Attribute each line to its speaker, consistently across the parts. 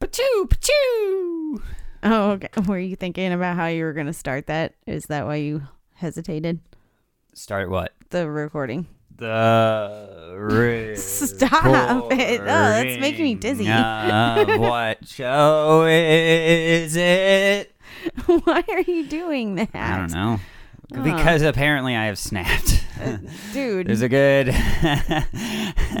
Speaker 1: Pachoo, pachoo.
Speaker 2: Oh, okay. Were you thinking about how you were going to start that? Is that why you hesitated?
Speaker 1: Start what?
Speaker 2: The recording.
Speaker 1: The
Speaker 2: Stop it. Oh, that's making me dizzy.
Speaker 1: recording of what show is it?
Speaker 2: Why are you doing that?
Speaker 1: I don't know. Because apparently I have snapped. There's
Speaker 2: Dude.
Speaker 1: a good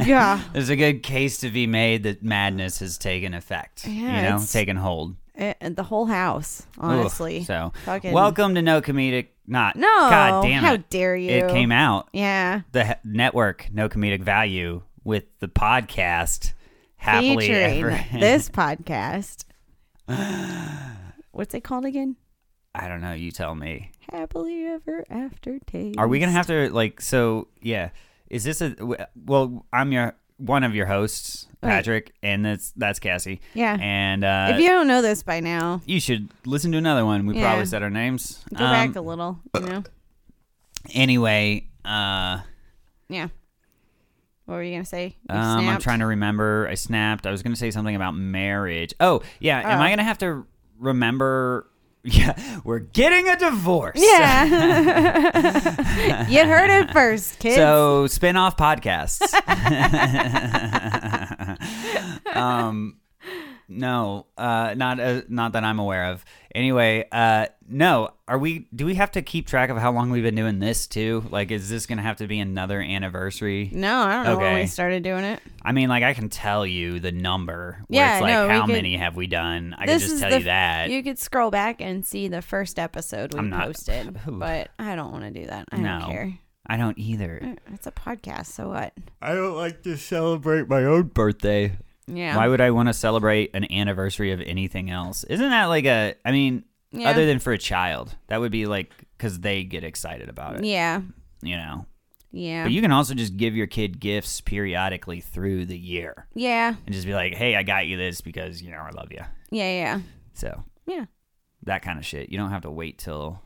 Speaker 2: yeah.
Speaker 1: There's a good case to be made that madness has taken effect.
Speaker 2: Yeah,
Speaker 1: you know,
Speaker 2: it's-
Speaker 1: taken hold.
Speaker 2: Eh, and the whole house,
Speaker 1: Ugh,
Speaker 2: honestly.
Speaker 1: so
Speaker 2: Fucking-
Speaker 1: welcome to No Comedic Not
Speaker 2: no.
Speaker 1: God damn it.
Speaker 2: How dare you?
Speaker 1: It came out.
Speaker 2: Yeah.
Speaker 1: the he- network No Comedic Value with the podcast Happily
Speaker 2: Featuring
Speaker 1: Ever.
Speaker 2: this podcast. What's it called again?
Speaker 1: I don't know, you tell me.
Speaker 2: Happily Ever After Taste.
Speaker 1: Are we going to have to like so yeah, is this a w- well, I'm your one of your hosts,
Speaker 2: Right.
Speaker 1: Patrick, and that's that's Cassie.
Speaker 2: Yeah.
Speaker 1: And uh
Speaker 2: if you don't know this by now,
Speaker 1: you should listen to another one. We
Speaker 2: Yeah.
Speaker 1: probably said our names.
Speaker 2: go
Speaker 1: Um,
Speaker 2: back a little, you know?
Speaker 1: Anyway, uh,
Speaker 2: Yeah. What were you gonna say? You
Speaker 1: um, I'm
Speaker 2: snapped?
Speaker 1: trying to remember. I snapped. I was going to say something about marriage. Oh, yeah. Am
Speaker 2: Oh.
Speaker 1: I going to have to remember? Yeah, we're getting a divorce.
Speaker 2: Yeah. you heard it first, kids.
Speaker 1: So spin-off podcasts. um no, uh not uh, not that I'm aware of. Anyway, uh no, are we do we have to keep track of how long we've been doing this too? Like is this going to have to be another anniversary?
Speaker 2: no, I don't know when
Speaker 1: Okay.
Speaker 2: we started doing it.
Speaker 1: I mean, like I can tell you the number where
Speaker 2: Yeah,
Speaker 1: it's like
Speaker 2: no, we
Speaker 1: how
Speaker 2: could-
Speaker 1: many have we done? I can just tell
Speaker 2: the,
Speaker 1: you that.
Speaker 2: You could scroll back and see the first episode we
Speaker 1: I'm not-
Speaker 2: posted,
Speaker 1: Ooh.
Speaker 2: but I don't want to do that. I
Speaker 1: No.
Speaker 2: don't care. Uh,
Speaker 1: I don't either.
Speaker 2: It's a podcast, so what?
Speaker 1: I don't like to celebrate my own birthday.
Speaker 2: Yeah.
Speaker 1: Why would I want to celebrate an anniversary of anything else? Isn't that like a, I mean,
Speaker 2: yeah.
Speaker 1: other than for a child, that would be like, because they get excited about it,
Speaker 2: yeah.
Speaker 1: you know?
Speaker 2: Yeah.
Speaker 1: But you can also just give your kid gifts periodically through the year
Speaker 2: yeah.
Speaker 1: and just be like, hey, I got you this because, you know, I love you.
Speaker 2: Yeah. Yeah.
Speaker 1: So
Speaker 2: Yeah.
Speaker 1: that kind of shit. You don't have to wait till.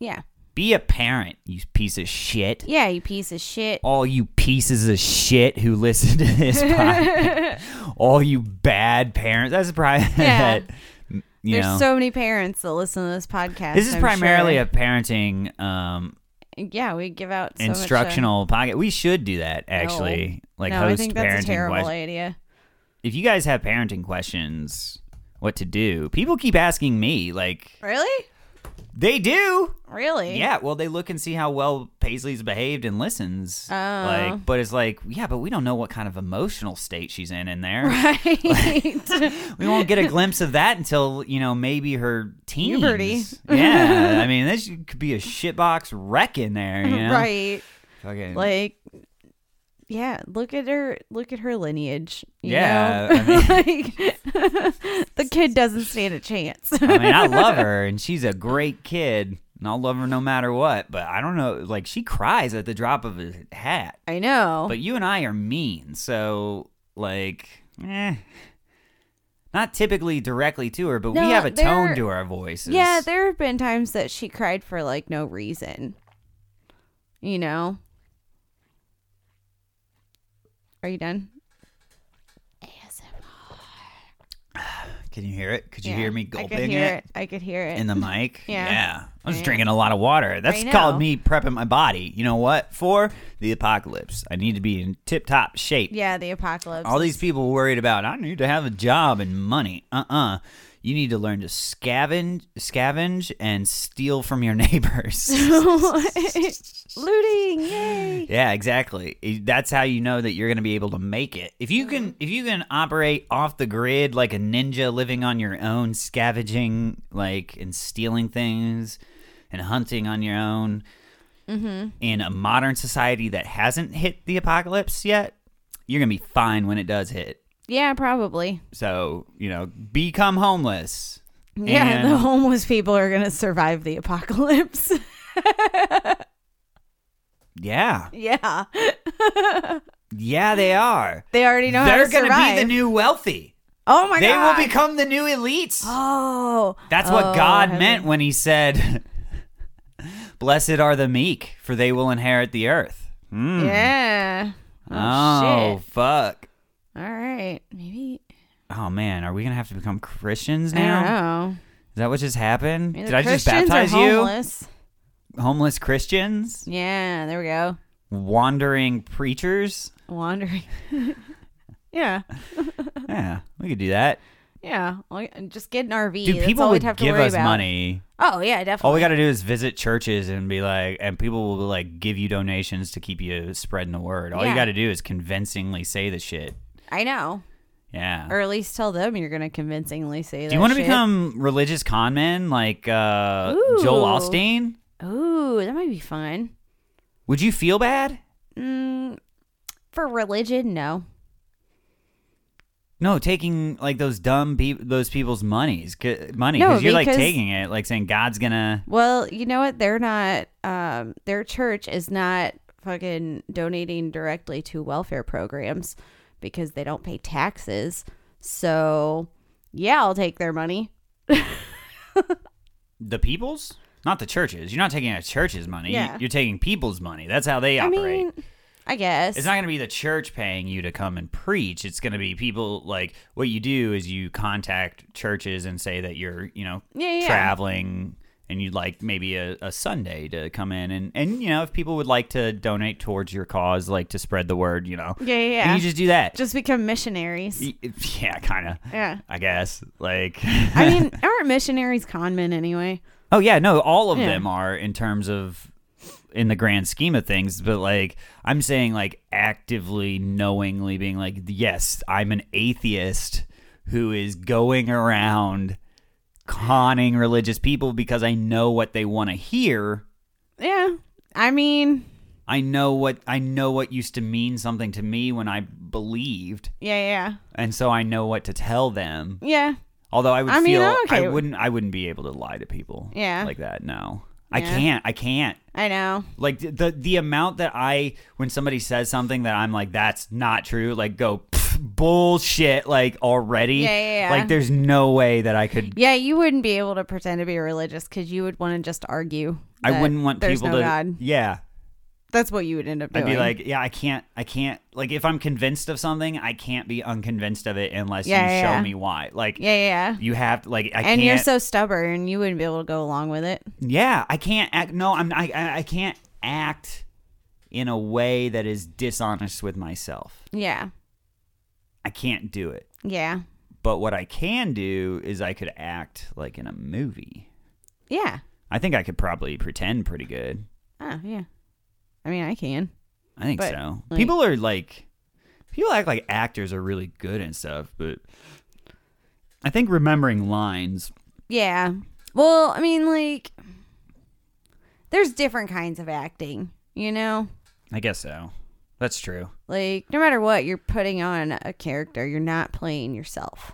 Speaker 2: Yeah.
Speaker 1: Be a parent, you piece of shit.
Speaker 2: Yeah. You piece of shit.
Speaker 1: All you pieces of shit who listen to this podcast. All you bad parents. That's probably
Speaker 2: Yeah.
Speaker 1: that. You
Speaker 2: There's
Speaker 1: know.
Speaker 2: so many parents that listen to this podcast.
Speaker 1: This is
Speaker 2: I'm
Speaker 1: primarily
Speaker 2: sure.
Speaker 1: a parenting um,
Speaker 2: yeah. We give out so much, uh,
Speaker 1: instructional pocket. We should do that actually, like
Speaker 2: no,
Speaker 1: host
Speaker 2: I think
Speaker 1: parenting
Speaker 2: that's a terrible
Speaker 1: questions.
Speaker 2: idea.
Speaker 1: If you guys have parenting questions, what to do? People keep asking me, like
Speaker 2: Really?
Speaker 1: they do.
Speaker 2: Really?
Speaker 1: Yeah, well, they look and see how well Paisley's behaved and listens.
Speaker 2: Oh.
Speaker 1: Like, but it's like, yeah, but we don't know what kind of emotional state she's in in there.
Speaker 2: Right.
Speaker 1: We won't get a glimpse of that until you know maybe her teens.
Speaker 2: Puberty.
Speaker 1: Yeah, I mean, this could be a shitbox wreck in there. You know?
Speaker 2: Right.
Speaker 1: Fucking-
Speaker 2: Like yeah, look at her look at her lineage. you
Speaker 1: Yeah,
Speaker 2: know?
Speaker 1: I mean-
Speaker 2: like the kid doesn't stand a chance.
Speaker 1: I mean, I love her and she's a great kid and I'll love her no matter what, but I don't know. Like, she cries at the drop of a hat,
Speaker 2: I know.
Speaker 1: but you and I are mean. So, like, eh. Not typically directly to her, but
Speaker 2: No,
Speaker 1: we have a tone
Speaker 2: there-
Speaker 1: to our voices.
Speaker 2: yeah, there have been times that she cried for like no reason. You know? Are you done?
Speaker 1: Can you hear it? Could you
Speaker 2: Yeah,
Speaker 1: hear me
Speaker 2: I
Speaker 1: gulping
Speaker 2: could hear
Speaker 1: it,
Speaker 2: it. I could hear it.
Speaker 1: in the mic?
Speaker 2: Yeah.
Speaker 1: I was
Speaker 2: Yeah.
Speaker 1: drinking a lot of water. That's
Speaker 2: I know.
Speaker 1: called me prepping my body. You know what? For the apocalypse. I need to be in tip top shape.
Speaker 2: yeah, the apocalypse.
Speaker 1: All these people worried about. I need to have a job and money. Uh uh You need to learn to scavenge, scavenge, and steal from your neighbors.
Speaker 2: looting. Yay.
Speaker 1: yeah, exactly. I- That's how you know that you're going to be able to make it. If
Speaker 2: Mm-hmm.
Speaker 1: you can, if you can operate off the grid like a ninja, living on your own, scavenging like and stealing things, and hunting on your own.
Speaker 2: Mm-hmm.
Speaker 1: In a modern society that hasn't hit the apocalypse yet, you're gonna be fine when it does hit.
Speaker 2: Yeah, probably.
Speaker 1: So, you know, become homeless.
Speaker 2: Yeah,
Speaker 1: And-
Speaker 2: the homeless people are going to survive the apocalypse.
Speaker 1: Yeah.
Speaker 2: yeah.
Speaker 1: Yeah, they are.
Speaker 2: They already know how
Speaker 1: They're
Speaker 2: to
Speaker 1: going to be
Speaker 2: survive.
Speaker 1: the new wealthy.
Speaker 2: oh my
Speaker 1: they
Speaker 2: god.
Speaker 1: will become the new elites.
Speaker 2: Oh.
Speaker 1: That's what
Speaker 2: Oh,
Speaker 1: God
Speaker 2: heaven.
Speaker 1: meant when he said, Blessed are the meek, for they will inherit the earth. Mm.
Speaker 2: Yeah. Oh,
Speaker 1: Oh,
Speaker 2: shit.
Speaker 1: fuck.
Speaker 2: All right. Maybe
Speaker 1: oh man, are we gonna have to become Christians
Speaker 2: I
Speaker 1: now?
Speaker 2: don't know.
Speaker 1: Is that what just happened?
Speaker 2: Either
Speaker 1: Did I just
Speaker 2: Christians or
Speaker 1: baptize you?
Speaker 2: homeless.
Speaker 1: Homeless Christians?
Speaker 2: Yeah, there we go.
Speaker 1: Wandering preachers?
Speaker 2: Wandering. yeah,
Speaker 1: Yeah, we could do that.
Speaker 2: yeah. Well, just get an RV.
Speaker 1: Dude,
Speaker 2: That's
Speaker 1: people
Speaker 2: all
Speaker 1: would
Speaker 2: we'd have to
Speaker 1: give
Speaker 2: worry
Speaker 1: us
Speaker 2: about.
Speaker 1: money.
Speaker 2: Oh yeah, definitely.
Speaker 1: All we got to do is visit churches and be like, and people will like give you donations to keep you spreading the word. All you
Speaker 2: Yeah.
Speaker 1: got to do is convincingly say the shit.
Speaker 2: I know.
Speaker 1: Yeah.
Speaker 2: Or at least tell them you're gonna convincingly say that.
Speaker 1: do you want to
Speaker 2: shit.
Speaker 1: become religious con men like uh, Joel
Speaker 2: Ooh.
Speaker 1: Osteen?
Speaker 2: Ooh, that might be fun.
Speaker 1: Would you feel bad?
Speaker 2: Mm, for religion, no.
Speaker 1: No, taking like those dumb people, those people's monies, c- money,
Speaker 2: No,
Speaker 1: because you're like
Speaker 2: because-
Speaker 1: taking it, like saying God's gonna.
Speaker 2: Well, you know what? They're not. Um, their church is not fucking donating directly to welfare programs because they don't pay taxes. So, yeah, I'll take their money.
Speaker 1: The people's? Not the churches. You're not taking a church's money.
Speaker 2: Yeah.
Speaker 1: You're taking people's money. That's how they
Speaker 2: I
Speaker 1: operate.
Speaker 2: mean, I guess.
Speaker 1: it's not going to be the church paying you to come and preach. It's going to be people like what you do is you contact churches and say that you're, you know,
Speaker 2: Yeah, yeah.
Speaker 1: traveling and you'd like maybe a, a Sunday to come in and, and, you know, if people would like to donate towards your cause, like to spread the word, you know,
Speaker 2: yeah, yeah, yeah.
Speaker 1: and you just
Speaker 2: just,
Speaker 1: do that.
Speaker 2: become missionaries.
Speaker 1: Y- yeah, kind of.
Speaker 2: yeah.
Speaker 1: I guess. Like,
Speaker 2: I mean, aren't missionaries con men anyway?
Speaker 1: oh yeah, no, all of
Speaker 2: Yeah.
Speaker 1: them are in terms of in the grand scheme of things, but like I'm saying, like actively, knowingly being like, yes, I'm an atheist who is going around conning religious people because I know what they want to hear.
Speaker 2: Yeah. I mean,
Speaker 1: I know what I know what used to mean something to me when I believed,
Speaker 2: yeah,
Speaker 1: and so I know what to tell them.
Speaker 2: yeah. Yeah.
Speaker 1: Although I would
Speaker 2: I mean,
Speaker 1: feel
Speaker 2: I'm okay
Speaker 1: I
Speaker 2: with-
Speaker 1: wouldn't I wouldn't be able to lie to people
Speaker 2: Yeah.
Speaker 1: like that. No. I
Speaker 2: Yeah.
Speaker 1: can't. I can't.
Speaker 2: I know.
Speaker 1: Like th- the the amount that I when somebody says something that I'm like that's not true, like go "Pff, bullshit like already.
Speaker 2: Yeah, yeah, yeah.
Speaker 1: Like there's no way that I could
Speaker 2: Yeah, you wouldn't be able to pretend to be religious because you would want to just argue.
Speaker 1: I
Speaker 2: that
Speaker 1: wouldn't want
Speaker 2: there's
Speaker 1: people
Speaker 2: no
Speaker 1: to
Speaker 2: God.
Speaker 1: Yeah.
Speaker 2: That's what you would end up
Speaker 1: I'd
Speaker 2: doing.
Speaker 1: be like, yeah, I can't I can't like if I'm convinced of something, I can't be unconvinced of it unless
Speaker 2: Yeah,
Speaker 1: you
Speaker 2: yeah,
Speaker 1: show
Speaker 2: yeah.
Speaker 1: me why. Like
Speaker 2: yeah, yeah. yeah.
Speaker 1: you have to like I
Speaker 2: And
Speaker 1: can't
Speaker 2: you're so stubborn, you wouldn't be able to go along with it.
Speaker 1: Yeah, I can't act. No, I'm. I, I I can't act in a way that is dishonest with myself.
Speaker 2: Yeah,
Speaker 1: I can't do it.
Speaker 2: yeah,
Speaker 1: But what I can do is I could act like in a movie.
Speaker 2: yeah.
Speaker 1: I think I could probably pretend pretty good.
Speaker 2: Oh, yeah. I mean, I can.
Speaker 1: I think
Speaker 2: But,
Speaker 1: so.
Speaker 2: like-
Speaker 1: people are like, people act like actors are really good and stuff, but I think remembering lines.
Speaker 2: Yeah. Well, I mean, like, there's different kinds of acting, you know?
Speaker 1: I guess so. That's true.
Speaker 2: Like, no matter what, you're putting on a character, you're not playing yourself.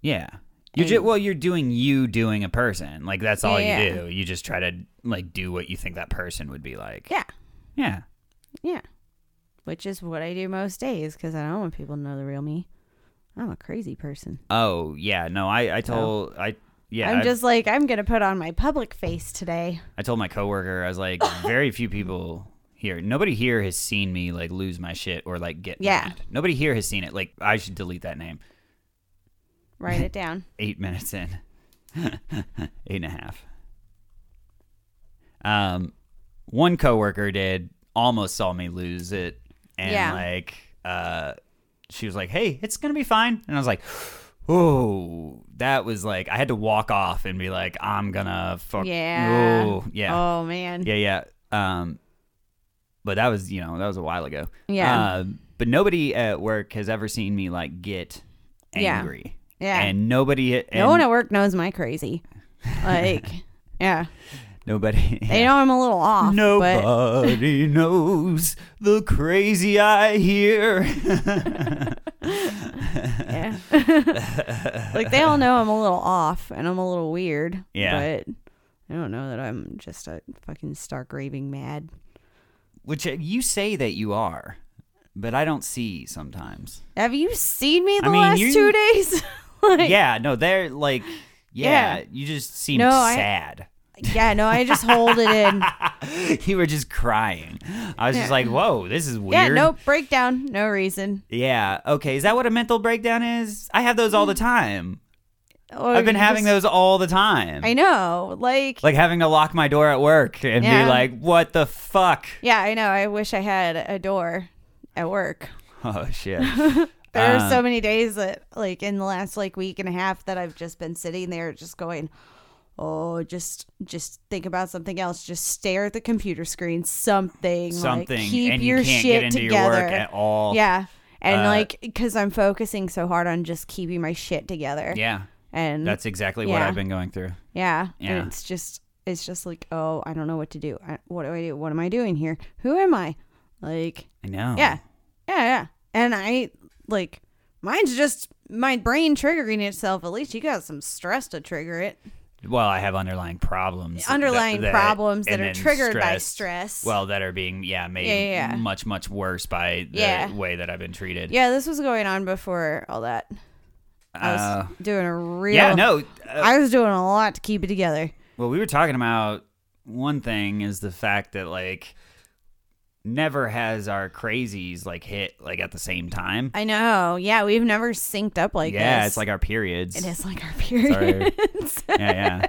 Speaker 1: Yeah. You
Speaker 2: And-
Speaker 1: just well, you're doing you doing a person. Like that's all
Speaker 2: Yeah,
Speaker 1: you
Speaker 2: yeah.
Speaker 1: do. You just try to like do what you think that person would be like.
Speaker 2: Yeah,
Speaker 1: Yeah.
Speaker 2: yeah. Which is what I do most days because I don't want people to know the real me. I'm a crazy person.
Speaker 1: Oh yeah. No, I I told I yeah
Speaker 2: I'm
Speaker 1: I,
Speaker 2: just like, I'm going to put on my public face today.
Speaker 1: I told my coworker I was like very few people here. Nobody here has seen me like lose my shit or like get
Speaker 2: Yeah.
Speaker 1: mad. Nobody here has seen it. Like I should delete that name.
Speaker 2: Write it down.
Speaker 1: Eight minutes in. Eight and a half. Um, one coworker did almost saw me lose it, and
Speaker 2: Yeah.
Speaker 1: like, uh, she was like, "Hey, it's gonna be fine," and I was like, "Oh, that was like I had to walk off and be like, I'm gonna fuck,
Speaker 2: Yeah.
Speaker 1: Ooh, yeah,
Speaker 2: Oh man.
Speaker 1: yeah, yeah." Um, but that was you know that was a while ago.
Speaker 2: Yeah.
Speaker 1: Um, but nobody at work has ever seen me like get
Speaker 2: Yeah.
Speaker 1: angry.
Speaker 2: Yeah.
Speaker 1: And nobody, and
Speaker 2: no one at work knows my crazy. Like, yeah,
Speaker 1: nobody,
Speaker 2: they know I'm a little off. But
Speaker 1: nobody knows the crazy I hear.
Speaker 2: yeah. like they all know I'm a little off and I'm a little weird.
Speaker 1: Yeah.
Speaker 2: But I don't know that I'm just a fucking stark raving mad.
Speaker 1: Which uh, you say that you are, but I don't see sometimes.
Speaker 2: Have you seen me the
Speaker 1: I mean,
Speaker 2: last
Speaker 1: you-
Speaker 2: two days? like,
Speaker 1: yeah, no, they're like, yeah,
Speaker 2: Yeah.
Speaker 1: you just seem
Speaker 2: No, I-
Speaker 1: sad.
Speaker 2: Yeah, no, I just hold it in.
Speaker 1: you were just crying. I was just like, whoa, this is weird.
Speaker 2: Yeah, no breakdown, no reason.
Speaker 1: Yeah. Okay. Is that what a mental breakdown is? I have those all the time.
Speaker 2: Or
Speaker 1: I've been
Speaker 2: Mm. Oh, you
Speaker 1: having
Speaker 2: just-
Speaker 1: those all the time.
Speaker 2: I know, like,
Speaker 1: like having to lock my door at work and
Speaker 2: Yeah.
Speaker 1: be like, what the fuck?
Speaker 2: yeah, I know. I wish I had a door at work.
Speaker 1: Oh, shit.
Speaker 2: There are
Speaker 1: Uh,
Speaker 2: so many days that, like, in the last like week and a half, that I've just been sitting there, just going, "Oh, just, just think about something else. Just stare at the computer screen. Something,
Speaker 1: Something.
Speaker 2: Like, keep
Speaker 1: and
Speaker 2: your
Speaker 1: you can't
Speaker 2: shit
Speaker 1: get into
Speaker 2: together.
Speaker 1: your work at all.
Speaker 2: Yeah, and
Speaker 1: Uh,
Speaker 2: like, because I'm focusing so hard on just keeping my shit together.
Speaker 1: Yeah.
Speaker 2: and
Speaker 1: That's exactly what
Speaker 2: Yeah.
Speaker 1: I've been going through.
Speaker 2: Yeah.
Speaker 1: Yeah.
Speaker 2: And it's just, it's just like, oh, I don't know what to do. I, what do I do? What am I doing here? Who am I? Like,
Speaker 1: I know.
Speaker 2: yeah, yeah, yeah. And I, like, mine's just my brain triggering itself. At least you got some stress to trigger it.
Speaker 1: Well, I have underlying problems. that-
Speaker 2: Underlying problems that
Speaker 1: and
Speaker 2: are
Speaker 1: then
Speaker 2: triggered by stress.
Speaker 1: Well, that are being, yeah, made
Speaker 2: Yeah, yeah, yeah.
Speaker 1: much, much worse by the
Speaker 2: Yeah.
Speaker 1: way that I've been treated.
Speaker 2: yeah, this was going on before all that. I was
Speaker 1: Uh,
Speaker 2: doing a real.
Speaker 1: yeah, no. uh,
Speaker 2: I was doing a lot to keep it together.
Speaker 1: Well, we were talking about one thing is the fact that like never has our crazies like hit like at the same time.
Speaker 2: I know. Yeah, we've never synced up like
Speaker 1: yeah,
Speaker 2: this.
Speaker 1: it's like our periods.
Speaker 2: it is like our
Speaker 1: Sorry.
Speaker 2: period.
Speaker 1: Yeah, yeah.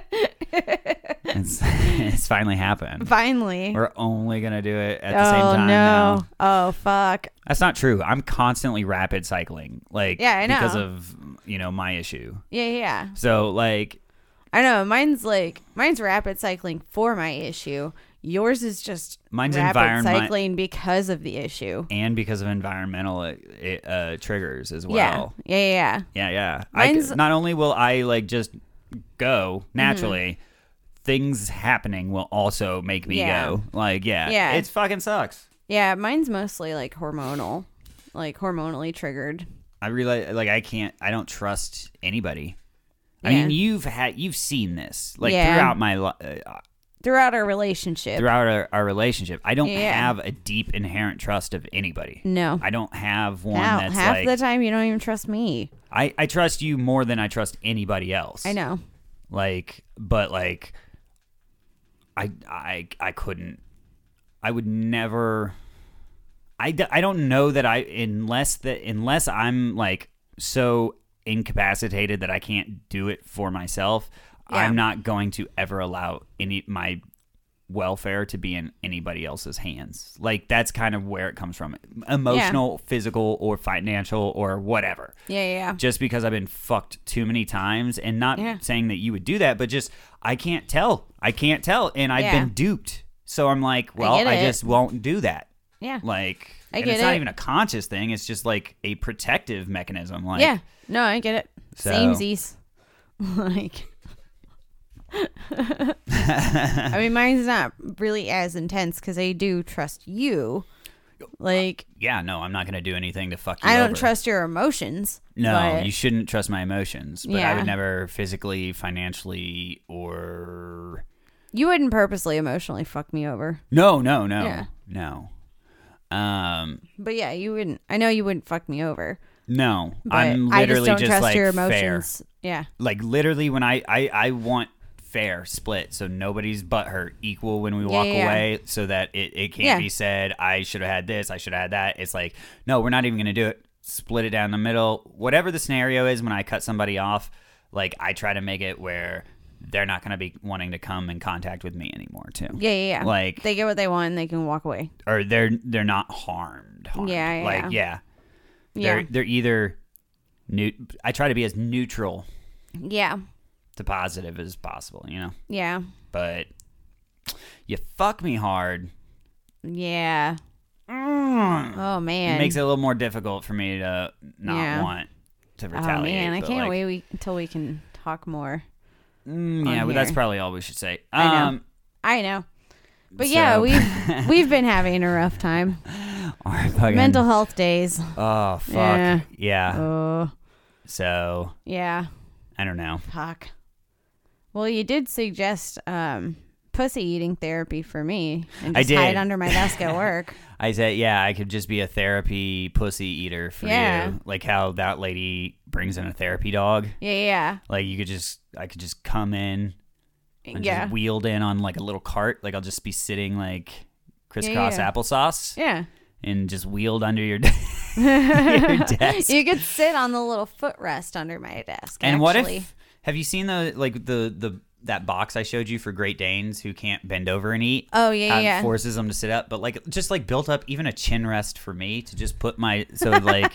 Speaker 1: it's it's finally happened.
Speaker 2: Finally.
Speaker 1: We're only gonna do it at the
Speaker 2: oh
Speaker 1: same time.
Speaker 2: no!
Speaker 1: now.
Speaker 2: Oh fuck!
Speaker 1: That's not true. I'm constantly rapid cycling, like
Speaker 2: Yeah, I know.
Speaker 1: because of you know my issue.
Speaker 2: Yeah, yeah, yeah.
Speaker 1: So like,
Speaker 2: I know. Mine's like mine's rapid cycling for my issue. Yours is just
Speaker 1: Mine's
Speaker 2: rapid
Speaker 1: environmi-
Speaker 2: cycling because of the issue.
Speaker 1: and because of environmental uh, it, uh, triggers as well.
Speaker 2: Yeah, yeah, yeah, yeah.
Speaker 1: Yeah, yeah. I c
Speaker 2: Mine's-
Speaker 1: not only will I like just go naturally, things happening will also make me
Speaker 2: Mm-hmm. Yeah.
Speaker 1: go. Like, yeah,
Speaker 2: Yeah.
Speaker 1: It's fucking sucks.
Speaker 2: Yeah, mine's mostly like hormonal, like hormonally triggered.
Speaker 1: I realize, like, I can't. I don't trust anybody. I
Speaker 2: Yeah.
Speaker 1: mean, you've had, you've seen this, like,
Speaker 2: Yeah.
Speaker 1: throughout my, li- uh,
Speaker 2: Throughout our relationship,
Speaker 1: throughout our, our relationship. I don't
Speaker 2: Yeah.
Speaker 1: have a deep inherent trust of anybody.
Speaker 2: no,
Speaker 1: I don't have one
Speaker 2: Hell,
Speaker 1: that's
Speaker 2: half
Speaker 1: like
Speaker 2: the time you don't even trust me.
Speaker 1: I, I trust you more than I trust anybody else.
Speaker 2: I know.
Speaker 1: like but like i i i couldn't i would never i, d- I don't know that i unless that unless i'm like so incapacitated that i can't do it for myself
Speaker 2: Yeah.
Speaker 1: i'm not going to ever allow any my welfare to be in anybody else's hands like that's kind of where it comes from emotional physical or financial or whatever
Speaker 2: Yeah, yeah,
Speaker 1: just because I've been fucked too many times and not
Speaker 2: Yeah.
Speaker 1: saying that you would do that, but just I can't tell. I can't tell. And I've
Speaker 2: Yeah.
Speaker 1: been duped. So I'm like, well,
Speaker 2: get
Speaker 1: I,
Speaker 2: it.
Speaker 1: just won't do that.
Speaker 2: yeah, yeah.
Speaker 1: Like
Speaker 2: I
Speaker 1: and
Speaker 2: get
Speaker 1: it's not
Speaker 2: it.
Speaker 1: even a conscious thing. It's just like a protective mechanism. Like
Speaker 2: yeah. No, I get it.
Speaker 1: So-
Speaker 2: Samesies. like I mean mine's not really as intense cuz I do trust you. Like
Speaker 1: yeah, no, I'm not gonna do anything to fuck you.
Speaker 2: I don't
Speaker 1: over.
Speaker 2: trust your emotions.
Speaker 1: No,
Speaker 2: but-
Speaker 1: you shouldn't trust my emotions. But I
Speaker 2: Yeah.
Speaker 1: would never physically, financially, or
Speaker 2: you wouldn't purposely emotionally fuck me over.
Speaker 1: No, no, no.
Speaker 2: Yeah.
Speaker 1: No. Um
Speaker 2: But yeah, you wouldn't I know you wouldn't fuck me over.
Speaker 1: no.
Speaker 2: But
Speaker 1: I'm
Speaker 2: I just
Speaker 1: literally
Speaker 2: don't trust
Speaker 1: like
Speaker 2: your
Speaker 1: fair.
Speaker 2: emotions. Yeah.
Speaker 1: like literally when I, I I want fair split so nobody's butt hurt equal when we walk
Speaker 2: yeah, yeah.
Speaker 1: away so that it, it can't
Speaker 2: Yeah.
Speaker 1: be said I should have had this I should have had that it's like no we're not even gonna do it split it down the middle whatever the scenario is when I cut somebody off like I try to make it where they're not gonna be wanting to come in contact with me anymore too
Speaker 2: Yeah, yeah, yeah.
Speaker 1: Like-
Speaker 2: they get what they want and they can walk away.
Speaker 1: or they're they're not harmed, harmed.
Speaker 2: Yeah, yeah,
Speaker 1: like
Speaker 2: yeah.
Speaker 1: yeah
Speaker 2: Yeah.
Speaker 1: they're they're either new I try to be as neutral
Speaker 2: yeah.
Speaker 1: to positive as possible you know
Speaker 2: Yeah.
Speaker 1: but you fuck me hard.
Speaker 2: Yeah. Oh
Speaker 1: It
Speaker 2: man.
Speaker 1: makes it a little more difficult for me to not
Speaker 2: Yeah.
Speaker 1: want to retaliate.
Speaker 2: Oh man, I
Speaker 1: but,
Speaker 2: can't
Speaker 1: like,
Speaker 2: wait we, until we can talk more.
Speaker 1: mm, yeah,
Speaker 2: on
Speaker 1: well, that's
Speaker 2: here.
Speaker 1: probably all we should say. Um,
Speaker 2: I know. I know. But yeah,
Speaker 1: so-
Speaker 2: we've we've been having a rough time.
Speaker 1: our fucking-
Speaker 2: Mental health days.
Speaker 1: Oh fuck. Yeah.
Speaker 2: Yeah.
Speaker 1: Ah.
Speaker 2: Oh
Speaker 1: So
Speaker 2: yeah.
Speaker 1: I don't know.
Speaker 2: Fuck. Well, you did suggest um, pussy eating therapy for me, and
Speaker 1: I
Speaker 2: just hide
Speaker 1: did.
Speaker 2: under my desk at work.
Speaker 1: I said, yeah, I could just be a therapy pussy eater for
Speaker 2: Yeah.
Speaker 1: you, like how that lady brings in a therapy dog.
Speaker 2: Yeah, yeah,
Speaker 1: Like you could just, I could just come in, and
Speaker 2: Yeah.
Speaker 1: just wheeled in on like a little cart. Like I'll just be sitting like crisscross
Speaker 2: yeah.
Speaker 1: applesauce
Speaker 2: Yeah.
Speaker 1: and just wheeled under your, your desk.
Speaker 2: You could sit on the little footrest under my desk.
Speaker 1: and what
Speaker 2: actually.
Speaker 1: if have you seen the like the the that box I showed you for Great Danes who can't bend over and eat?
Speaker 2: Oh yeah,
Speaker 1: how
Speaker 2: yeah,
Speaker 1: it
Speaker 2: yeah.
Speaker 1: forces them to sit up, but like just like built up even a chin rest for me to just put my so like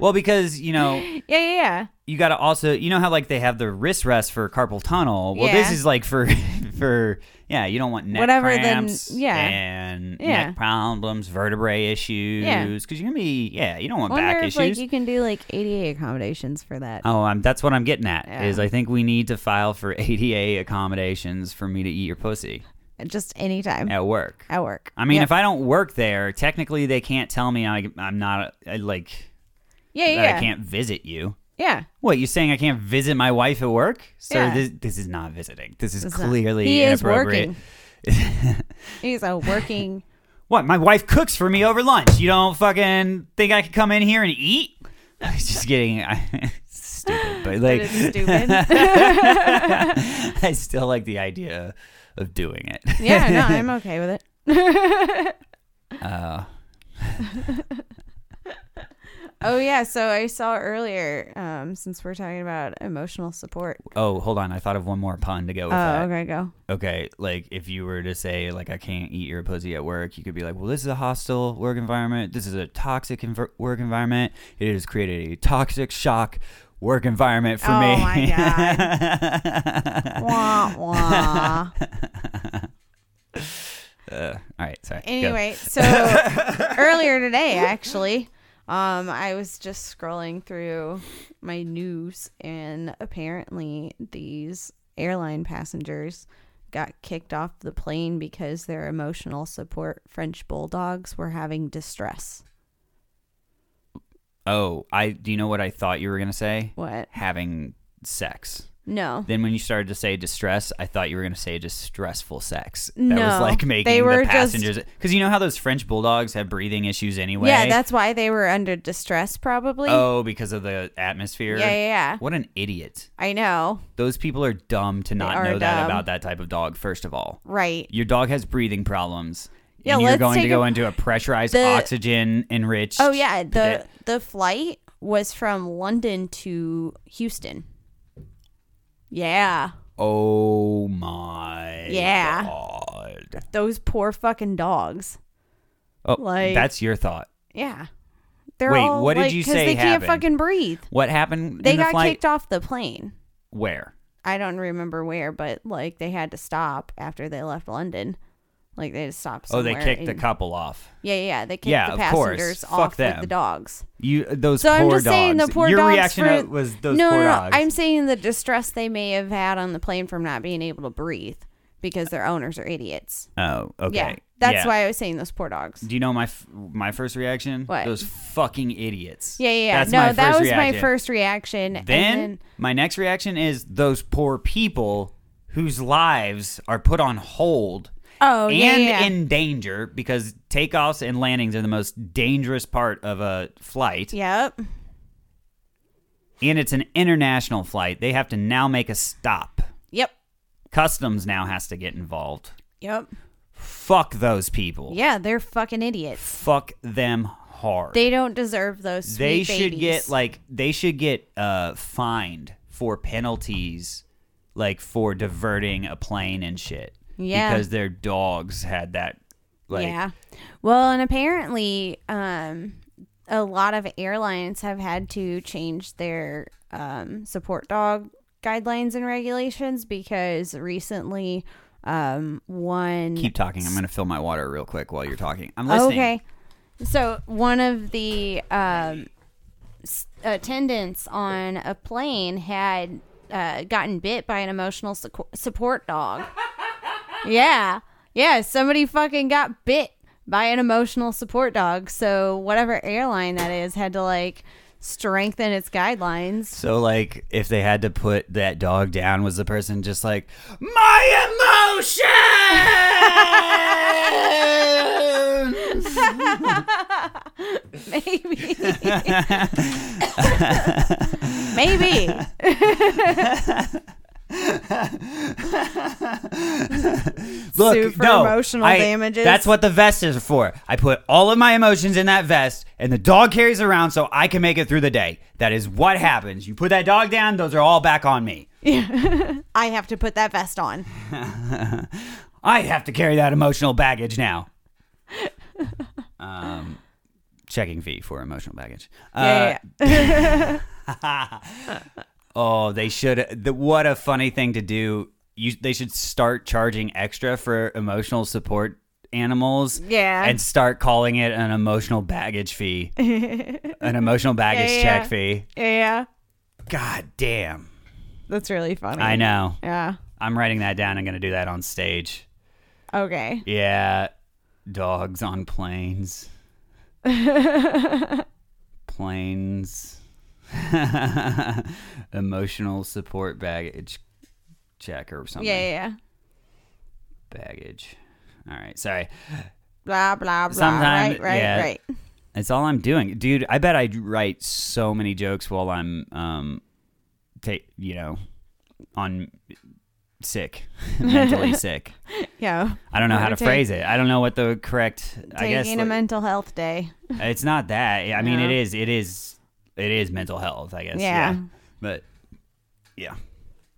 Speaker 1: well because you know
Speaker 2: yeah, yeah, yeah.
Speaker 1: you got to also you know how like they have the wrist rest for carpal tunnel well this
Speaker 2: Yeah.
Speaker 1: is like for for yeah you don't want neck
Speaker 2: Whatever the-
Speaker 1: cramps
Speaker 2: yeah.
Speaker 1: and
Speaker 2: Yeah.
Speaker 1: neck problems vertebrae issues because you're gonna be yeah you don't want
Speaker 2: I wonder
Speaker 1: back
Speaker 2: if
Speaker 1: issues
Speaker 2: like you can do like ADA accommodations for that.
Speaker 1: oh I'm, that's what i'm getting at
Speaker 2: Yeah.
Speaker 1: is i think we need to file for ada accommodations for me to eat your pussy
Speaker 2: Just anytime
Speaker 1: at work
Speaker 2: at work.
Speaker 1: i mean
Speaker 2: Yep.
Speaker 1: if i don't work there technically they can't tell me I, i'm not I, like
Speaker 2: yeah,
Speaker 1: that
Speaker 2: yeah, yeah.
Speaker 1: i can't visit you
Speaker 2: yeah.
Speaker 1: What you saying? I can't visit my wife at work, sir.
Speaker 2: Yeah.
Speaker 1: This this is not visiting. This is
Speaker 2: It's not-
Speaker 1: clearly
Speaker 2: he is
Speaker 1: inappropriate.
Speaker 2: working. He's a working.
Speaker 1: What? My wife cooks for me over lunch. You don't fucking think I could come in here and eat? I was just kidding. I, stupid, but like
Speaker 2: is stupid.
Speaker 1: I still like the idea of doing it.
Speaker 2: yeah, no, I'm okay with it.
Speaker 1: Uh,
Speaker 2: Oh yeah, so I saw earlier. Um, since we're talking about emotional support.
Speaker 1: oh, hold on. I thought of one more pun to go with
Speaker 2: Oh,
Speaker 1: that.
Speaker 2: okay, go.
Speaker 1: okay, like if you were to say like I can't eat your pussy at work, you could be like, well, this is a hostile work environment. This is a toxic env- work environment. It has created a toxic shock work environment for
Speaker 2: Oh,
Speaker 1: me.
Speaker 2: my
Speaker 1: god.
Speaker 2: Wah wah.
Speaker 1: All right, sorry. go.
Speaker 2: Anyway, so earlier today, actually, um, I was just scrolling through my news, and apparently, these airline passengers got kicked off the plane because their emotional support French bulldogs were having distress.
Speaker 1: Oh, I do you know what I thought you were gonna say?
Speaker 2: What?
Speaker 1: Having sex.
Speaker 2: No.
Speaker 1: Then when you started to say distress, I thought you were gonna say distressful sex. That was
Speaker 2: No,
Speaker 1: like
Speaker 2: they
Speaker 1: making
Speaker 2: were
Speaker 1: the
Speaker 2: just-
Speaker 1: passengers because you know how those French bulldogs have breathing issues anyway.
Speaker 2: Yeah, that's why they were under distress, probably.
Speaker 1: Oh, because of the atmosphere.
Speaker 2: yeah, yeah, yeah.
Speaker 1: What an idiot.
Speaker 2: I know.
Speaker 1: Those people are dumb to not
Speaker 2: are
Speaker 1: know that
Speaker 2: dumb.
Speaker 1: about that type of dog, first of all.
Speaker 2: Right.
Speaker 1: Your dog has breathing problems.
Speaker 2: Yeah,
Speaker 1: and you're
Speaker 2: let's
Speaker 1: going to
Speaker 2: take
Speaker 1: go
Speaker 2: a-
Speaker 1: into a pressurized
Speaker 2: The-
Speaker 1: oxygen enriched.
Speaker 2: Oh yeah, the
Speaker 1: Okay.
Speaker 2: the flight was from London to Houston. Yeah.
Speaker 1: Oh my
Speaker 2: Yeah.
Speaker 1: God.
Speaker 2: Those poor fucking dogs.
Speaker 1: Oh,
Speaker 2: Like-
Speaker 1: that's your thought.
Speaker 2: Yeah. They're
Speaker 1: Wait,
Speaker 2: all
Speaker 1: what did
Speaker 2: like-
Speaker 1: you
Speaker 2: 'cause
Speaker 1: say
Speaker 2: they
Speaker 1: happened?
Speaker 2: can't fucking breathe.
Speaker 1: What happened
Speaker 2: They
Speaker 1: in the
Speaker 2: got
Speaker 1: flight?
Speaker 2: kicked off the plane.
Speaker 1: Where?
Speaker 2: I don't remember where, but like they had to stop after they left London. Like they just stopped.
Speaker 1: Oh, they
Speaker 2: somewhere
Speaker 1: kicked the
Speaker 2: and-
Speaker 1: couple off.
Speaker 2: Yeah, yeah, they kicked
Speaker 1: Yeah,
Speaker 2: the
Speaker 1: of course.
Speaker 2: passengers
Speaker 1: Fuck
Speaker 2: off with
Speaker 1: them.
Speaker 2: the dogs.
Speaker 1: You those
Speaker 2: So
Speaker 1: poor
Speaker 2: I'm just
Speaker 1: dogs.
Speaker 2: saying the poor
Speaker 1: your
Speaker 2: dogs
Speaker 1: reaction
Speaker 2: for-
Speaker 1: was those
Speaker 2: no,
Speaker 1: poor
Speaker 2: no, no.
Speaker 1: dogs.
Speaker 2: I'm saying the distress they may have had on the plane from not being able to breathe because their owners are idiots.
Speaker 1: Oh, okay.
Speaker 2: Yeah, that's
Speaker 1: Yeah.
Speaker 2: why I was saying those poor dogs.
Speaker 1: Do you know my f- my first reaction?
Speaker 2: What?
Speaker 1: Those fucking idiots.
Speaker 2: Yeah, yeah, yeah.
Speaker 1: That's
Speaker 2: no,
Speaker 1: my
Speaker 2: that
Speaker 1: first
Speaker 2: was my
Speaker 1: reaction.
Speaker 2: first reaction. and
Speaker 1: Then, my next reaction is those poor people whose lives are put on hold
Speaker 2: oh yeah,
Speaker 1: and
Speaker 2: yeah, yeah.
Speaker 1: in danger because takeoffs and landings are the most dangerous part of a flight.
Speaker 2: yep,
Speaker 1: And it's an international flight. They have to now make a stop.
Speaker 2: yep,
Speaker 1: Customs now has to get involved.
Speaker 2: yep.
Speaker 1: Fuck those people.
Speaker 2: Yeah, they're fucking idiots.
Speaker 1: Fuck them hard.
Speaker 2: They don't deserve those. Sweet
Speaker 1: they should get
Speaker 2: babies.
Speaker 1: like they should get uh fined for penalties like for diverting a plane and shit
Speaker 2: Yeah.
Speaker 1: because their dogs had that like
Speaker 2: yeah. Well, and apparently, um, a lot of airlines have had to change their um, support dog guidelines and regulations because recently, um, one
Speaker 1: keep talking i'm gonna fill my water real quick while you're talking i'm listening
Speaker 2: Okay. So one of the um, s- attendants on a plane had uh, gotten bit by an emotional suc- support dog. yeah. Yeah. Somebody fucking got bit by an emotional support dog. So whatever airline that is had to like strengthen its guidelines.
Speaker 1: so like if they had to put that dog down was the person just like my emotions
Speaker 2: Maybe. Maybe.
Speaker 1: Look,
Speaker 2: Sue for
Speaker 1: no,
Speaker 2: emotional
Speaker 1: I-
Speaker 2: damages.
Speaker 1: That's what the vest is for. I put all of my emotions in that vest, and the dog carries around so I can make it through the day. That is what happens. You put that dog down; those are all back on me.
Speaker 2: I have to put that vest on.
Speaker 1: I have to carry that emotional baggage now. um, checking fee for emotional baggage. Uh,
Speaker 2: yeah, yeah, yeah.
Speaker 1: Oh, they should. The, what a funny thing to do. You, they should start charging extra for emotional support animals.
Speaker 2: Yeah.
Speaker 1: And start calling it an emotional baggage fee, an emotional baggage
Speaker 2: Yeah, yeah,
Speaker 1: check
Speaker 2: yeah.
Speaker 1: fee.
Speaker 2: Yeah, yeah.
Speaker 1: God damn.
Speaker 2: That's really funny.
Speaker 1: I know.
Speaker 2: Yeah.
Speaker 1: I'm writing that down. I'm going to do that on stage.
Speaker 2: Okay.
Speaker 1: Yeah. Dogs on planes. planes. emotional support baggage check or something.
Speaker 2: Yeah, yeah, yeah.
Speaker 1: baggage. All right, sorry.
Speaker 2: Blah blah blah.
Speaker 1: Sometime-
Speaker 2: right, right,
Speaker 1: yeah.
Speaker 2: right.
Speaker 1: That's all I'm doing, dude. I bet I write so many jokes while I'm, um, ta- you know, on sick, mentally sick.
Speaker 2: Yeah.
Speaker 1: I don't know how to
Speaker 2: Or ta-
Speaker 1: phrase it. I don't know what the correct. I guess
Speaker 2: Taking a
Speaker 1: like,
Speaker 2: mental health day.
Speaker 1: it's not that. I mean,
Speaker 2: No.
Speaker 1: it is. It is. It is mental health. I guess.
Speaker 2: Yeah.
Speaker 1: But yeah,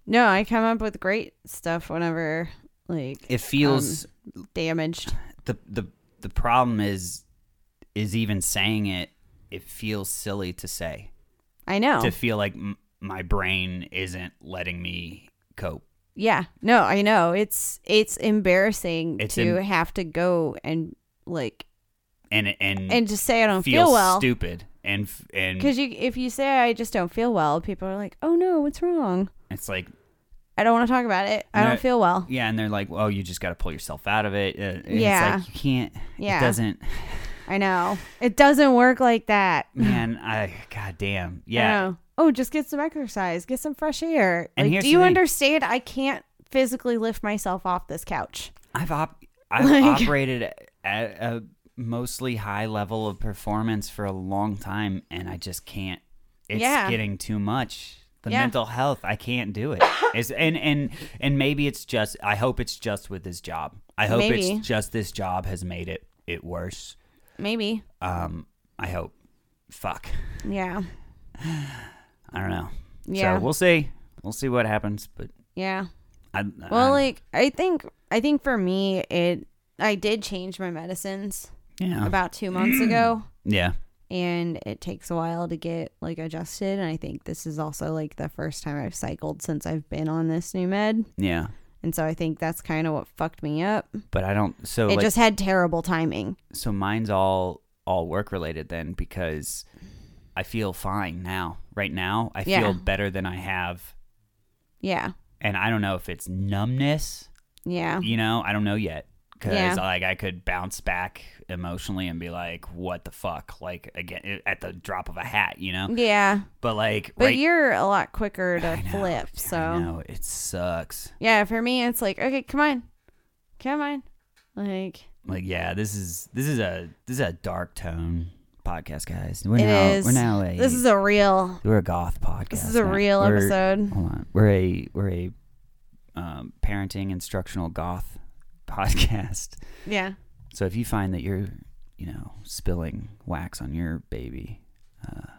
Speaker 2: No, I come up with great stuff whenever like
Speaker 1: it feels
Speaker 2: Um, damaged.
Speaker 1: the the the problem is is even saying it. It feels silly to say.
Speaker 2: I know.
Speaker 1: to feel like m- my brain isn't letting me cope.
Speaker 2: yeah. No, I know. It's it's embarrassing
Speaker 1: It's
Speaker 2: to
Speaker 1: em-
Speaker 2: have to go and like
Speaker 1: And and,
Speaker 2: and just say I don't
Speaker 1: Mm. feel
Speaker 2: feel well.
Speaker 1: stupid and f- and
Speaker 2: Because you, if you say I just don't feel well, people are like, "Oh no, what's wrong?
Speaker 1: it's like
Speaker 2: I don't want to talk about it. I
Speaker 1: No.
Speaker 2: don't feel well."
Speaker 1: yeah, and they're like, "Oh, you just got to pull yourself out of it." Uh, and
Speaker 2: Yeah.
Speaker 1: it's like you can't.
Speaker 2: Yeah.
Speaker 1: It doesn't.
Speaker 2: I know it doesn't work like that.
Speaker 1: Man, I goddamn
Speaker 2: I
Speaker 1: yeah.
Speaker 2: know. Oh, just get some exercise, get some fresh air.
Speaker 1: And
Speaker 2: Like,
Speaker 1: here's
Speaker 2: do
Speaker 1: the
Speaker 2: you
Speaker 1: thing.
Speaker 2: understand? I can't physically lift myself off this couch.
Speaker 1: I've op- I've
Speaker 2: Like-
Speaker 1: operated at a mostly high level of performance for a long time, and I just can't. It's
Speaker 2: Yeah.
Speaker 1: getting too much. The
Speaker 2: Yeah.
Speaker 1: mental health, I can't do it. It's, and and and maybe it's just. I hope it's just with this job. I hope
Speaker 2: Maybe.
Speaker 1: it's just this job has made it it worse.
Speaker 2: Maybe.
Speaker 1: Um, I hope. Fuck,
Speaker 2: Yeah.
Speaker 1: I don't know.
Speaker 2: Yeah.
Speaker 1: So we'll see. We'll see what happens. But
Speaker 2: Yeah.
Speaker 1: I
Speaker 2: Well,
Speaker 1: I,
Speaker 2: like I think I think for me it I did change my medicines
Speaker 1: yeah
Speaker 2: about 2 months ago
Speaker 1: yeah
Speaker 2: and it takes a while to get like adjusted and I think this is also like the first time I've cycled since I've been on this new med
Speaker 1: yeah.
Speaker 2: and so I think that's kind of what fucked me up.
Speaker 1: But I don't. So
Speaker 2: it
Speaker 1: like,
Speaker 2: just had terrible timing.
Speaker 1: so mine's all all work related then because I feel fine now. Right now, I
Speaker 2: Yeah.
Speaker 1: feel better than I have,
Speaker 2: Yeah.
Speaker 1: and I don't know if it's numbness.
Speaker 2: Yeah.
Speaker 1: You know, I don't know yet because
Speaker 2: Yeah.
Speaker 1: like I could bounce back emotionally and be like, "What the fuck?" Like again at the drop of a hat, you know.
Speaker 2: Yeah.
Speaker 1: But like,
Speaker 2: But
Speaker 1: right,
Speaker 2: you're a lot quicker to
Speaker 1: I know,
Speaker 2: flip,
Speaker 1: I
Speaker 2: so
Speaker 1: know, it sucks.
Speaker 2: yeah, for me it's like, okay, come on. Come on. Like
Speaker 1: Like, yeah, this is this is a this is a dark tone podcast, guys. We're
Speaker 2: It
Speaker 1: now we're
Speaker 2: is.
Speaker 1: now a
Speaker 2: this is a real
Speaker 1: we're a goth podcast.
Speaker 2: This is a
Speaker 1: now.
Speaker 2: real
Speaker 1: We're-
Speaker 2: episode.
Speaker 1: Hold on. We're a we're a um, parenting instructional goth podcast.
Speaker 2: Yeah.
Speaker 1: So if you find that you're, you know, spilling wax on your baby,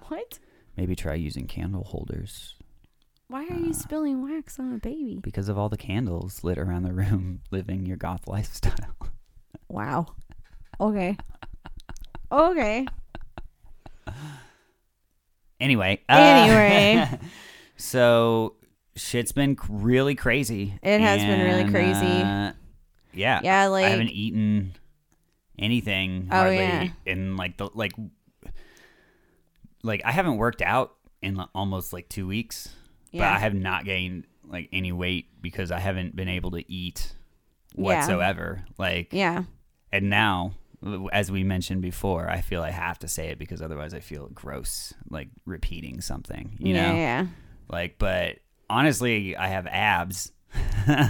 Speaker 2: What?
Speaker 1: maybe try using candle holders
Speaker 2: Why are you spilling wax on a baby?
Speaker 1: because of all the candles lit around the room living your goth lifestyle.
Speaker 2: Wow. Okay. Okay.
Speaker 1: anyway. uh,
Speaker 2: Anyway.
Speaker 1: so shit's been c- really crazy.
Speaker 2: It has been really
Speaker 1: and,
Speaker 2: crazy.
Speaker 1: uh, yeah.
Speaker 2: Yeah,
Speaker 1: I
Speaker 2: like-
Speaker 1: haven't eaten anything
Speaker 2: Oh,
Speaker 1: hardly
Speaker 2: yeah.
Speaker 1: in like the like like I haven't worked out in like, almost like 2 weeks, but
Speaker 2: Yeah.
Speaker 1: I have not gained like any weight because I haven't been able to eat
Speaker 2: Yeah.
Speaker 1: whatsoever. Like
Speaker 2: yeah.
Speaker 1: and now as we mentioned before, I feel I have to say it because otherwise I feel gross like repeating something, you
Speaker 2: yeah,
Speaker 1: know?
Speaker 2: yeah.
Speaker 1: Like, but honestly, I have abs.
Speaker 2: Yeah,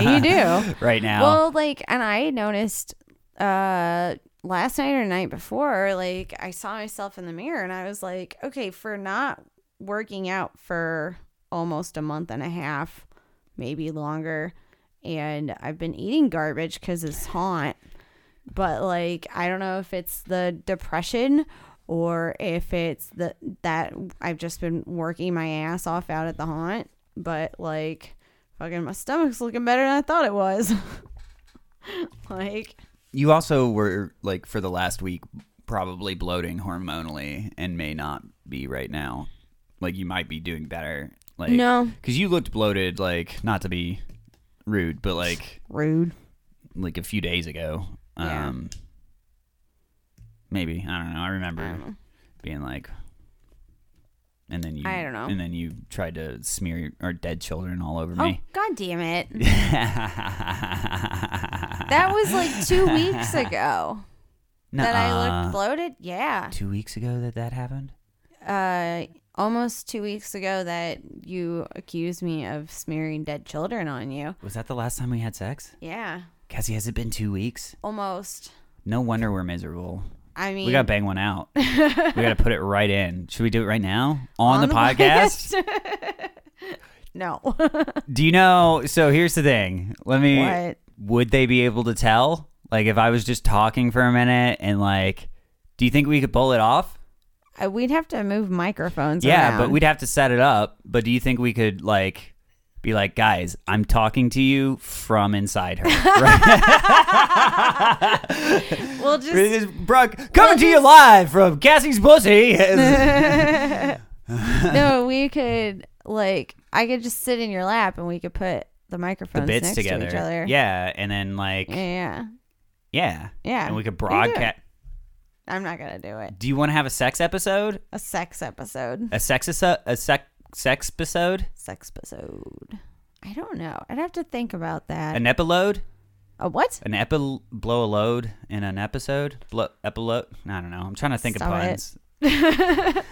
Speaker 2: yeah, you do.
Speaker 1: right now.
Speaker 2: Well, like, and I noticed uh last night or night before, like, I saw myself in the mirror and I was like, okay, for not working out for almost a month and a half, maybe longer. And I've been eating garbage because it's haunt. But like, I don't know if it's the depression or if it's the that I've just been working my ass off out at the haunt. But like, fucking, my stomach's looking better than I thought it was. like,
Speaker 1: You also were like for the last week probably bloating hormonally and may not be right now. Like you might be doing better. Like
Speaker 2: No.
Speaker 1: because you looked bloated. Like not to be rude, but like
Speaker 2: rude.
Speaker 1: like a few days ago.
Speaker 2: Yeah.
Speaker 1: Um, maybe I don't know. I remember
Speaker 2: I don't know.
Speaker 1: being like, and then you
Speaker 2: I don't know.
Speaker 1: and then you tried to smear our dead children all over
Speaker 2: Oh,
Speaker 1: me.
Speaker 2: god damn it.
Speaker 1: that
Speaker 2: That was like two weeks ago that I looked bloated. Yeah.
Speaker 1: two weeks ago that that happened.
Speaker 2: Uh, almost two weeks ago that you accused me of smearing dead children on you.
Speaker 1: Was that the last time we had sex?
Speaker 2: Yeah.
Speaker 1: Cassie, has it been two weeks?
Speaker 2: Almost.
Speaker 1: No wonder we're miserable.
Speaker 2: I mean,
Speaker 1: We gotta bang one out. we gotta put it right in. Should we do it right now on, the, podcast?
Speaker 2: no.
Speaker 1: Do you know? So here's the thing. Let me.
Speaker 2: What?
Speaker 1: Would they be able to tell? Like if I was just talking for a minute and like, do you think we could pull it off?
Speaker 2: Uh, We'd have to move microphones.
Speaker 1: Yeah,
Speaker 2: around.
Speaker 1: but we'd have to set it up. But do you think we could like be like, guys, I'm talking to you from inside her?
Speaker 2: We'll just.
Speaker 1: This is Brooke coming to you live from Cassie's pussy.
Speaker 2: no, we could, like, I could just sit in your lap and we could put the
Speaker 1: the
Speaker 2: microphones
Speaker 1: bits
Speaker 2: next
Speaker 1: together.
Speaker 2: to each other.
Speaker 1: Yeah, and then like
Speaker 2: Yeah. Yeah.
Speaker 1: yeah,
Speaker 2: yeah.
Speaker 1: and we could
Speaker 2: do it.
Speaker 1: broadcast.
Speaker 2: I'm not going to do it.
Speaker 1: Do you want to have a sex episode?
Speaker 2: A sex episode.
Speaker 1: A sex a sex sex episode?
Speaker 2: Sex episode. I don't know. I'd have to think about that.
Speaker 1: An epilogue?
Speaker 2: a what?
Speaker 1: An epi blow a load in an episode? Blow epilogue? I don't know. I'm trying to think
Speaker 2: Stop
Speaker 1: of
Speaker 2: it.
Speaker 1: puns.
Speaker 2: It's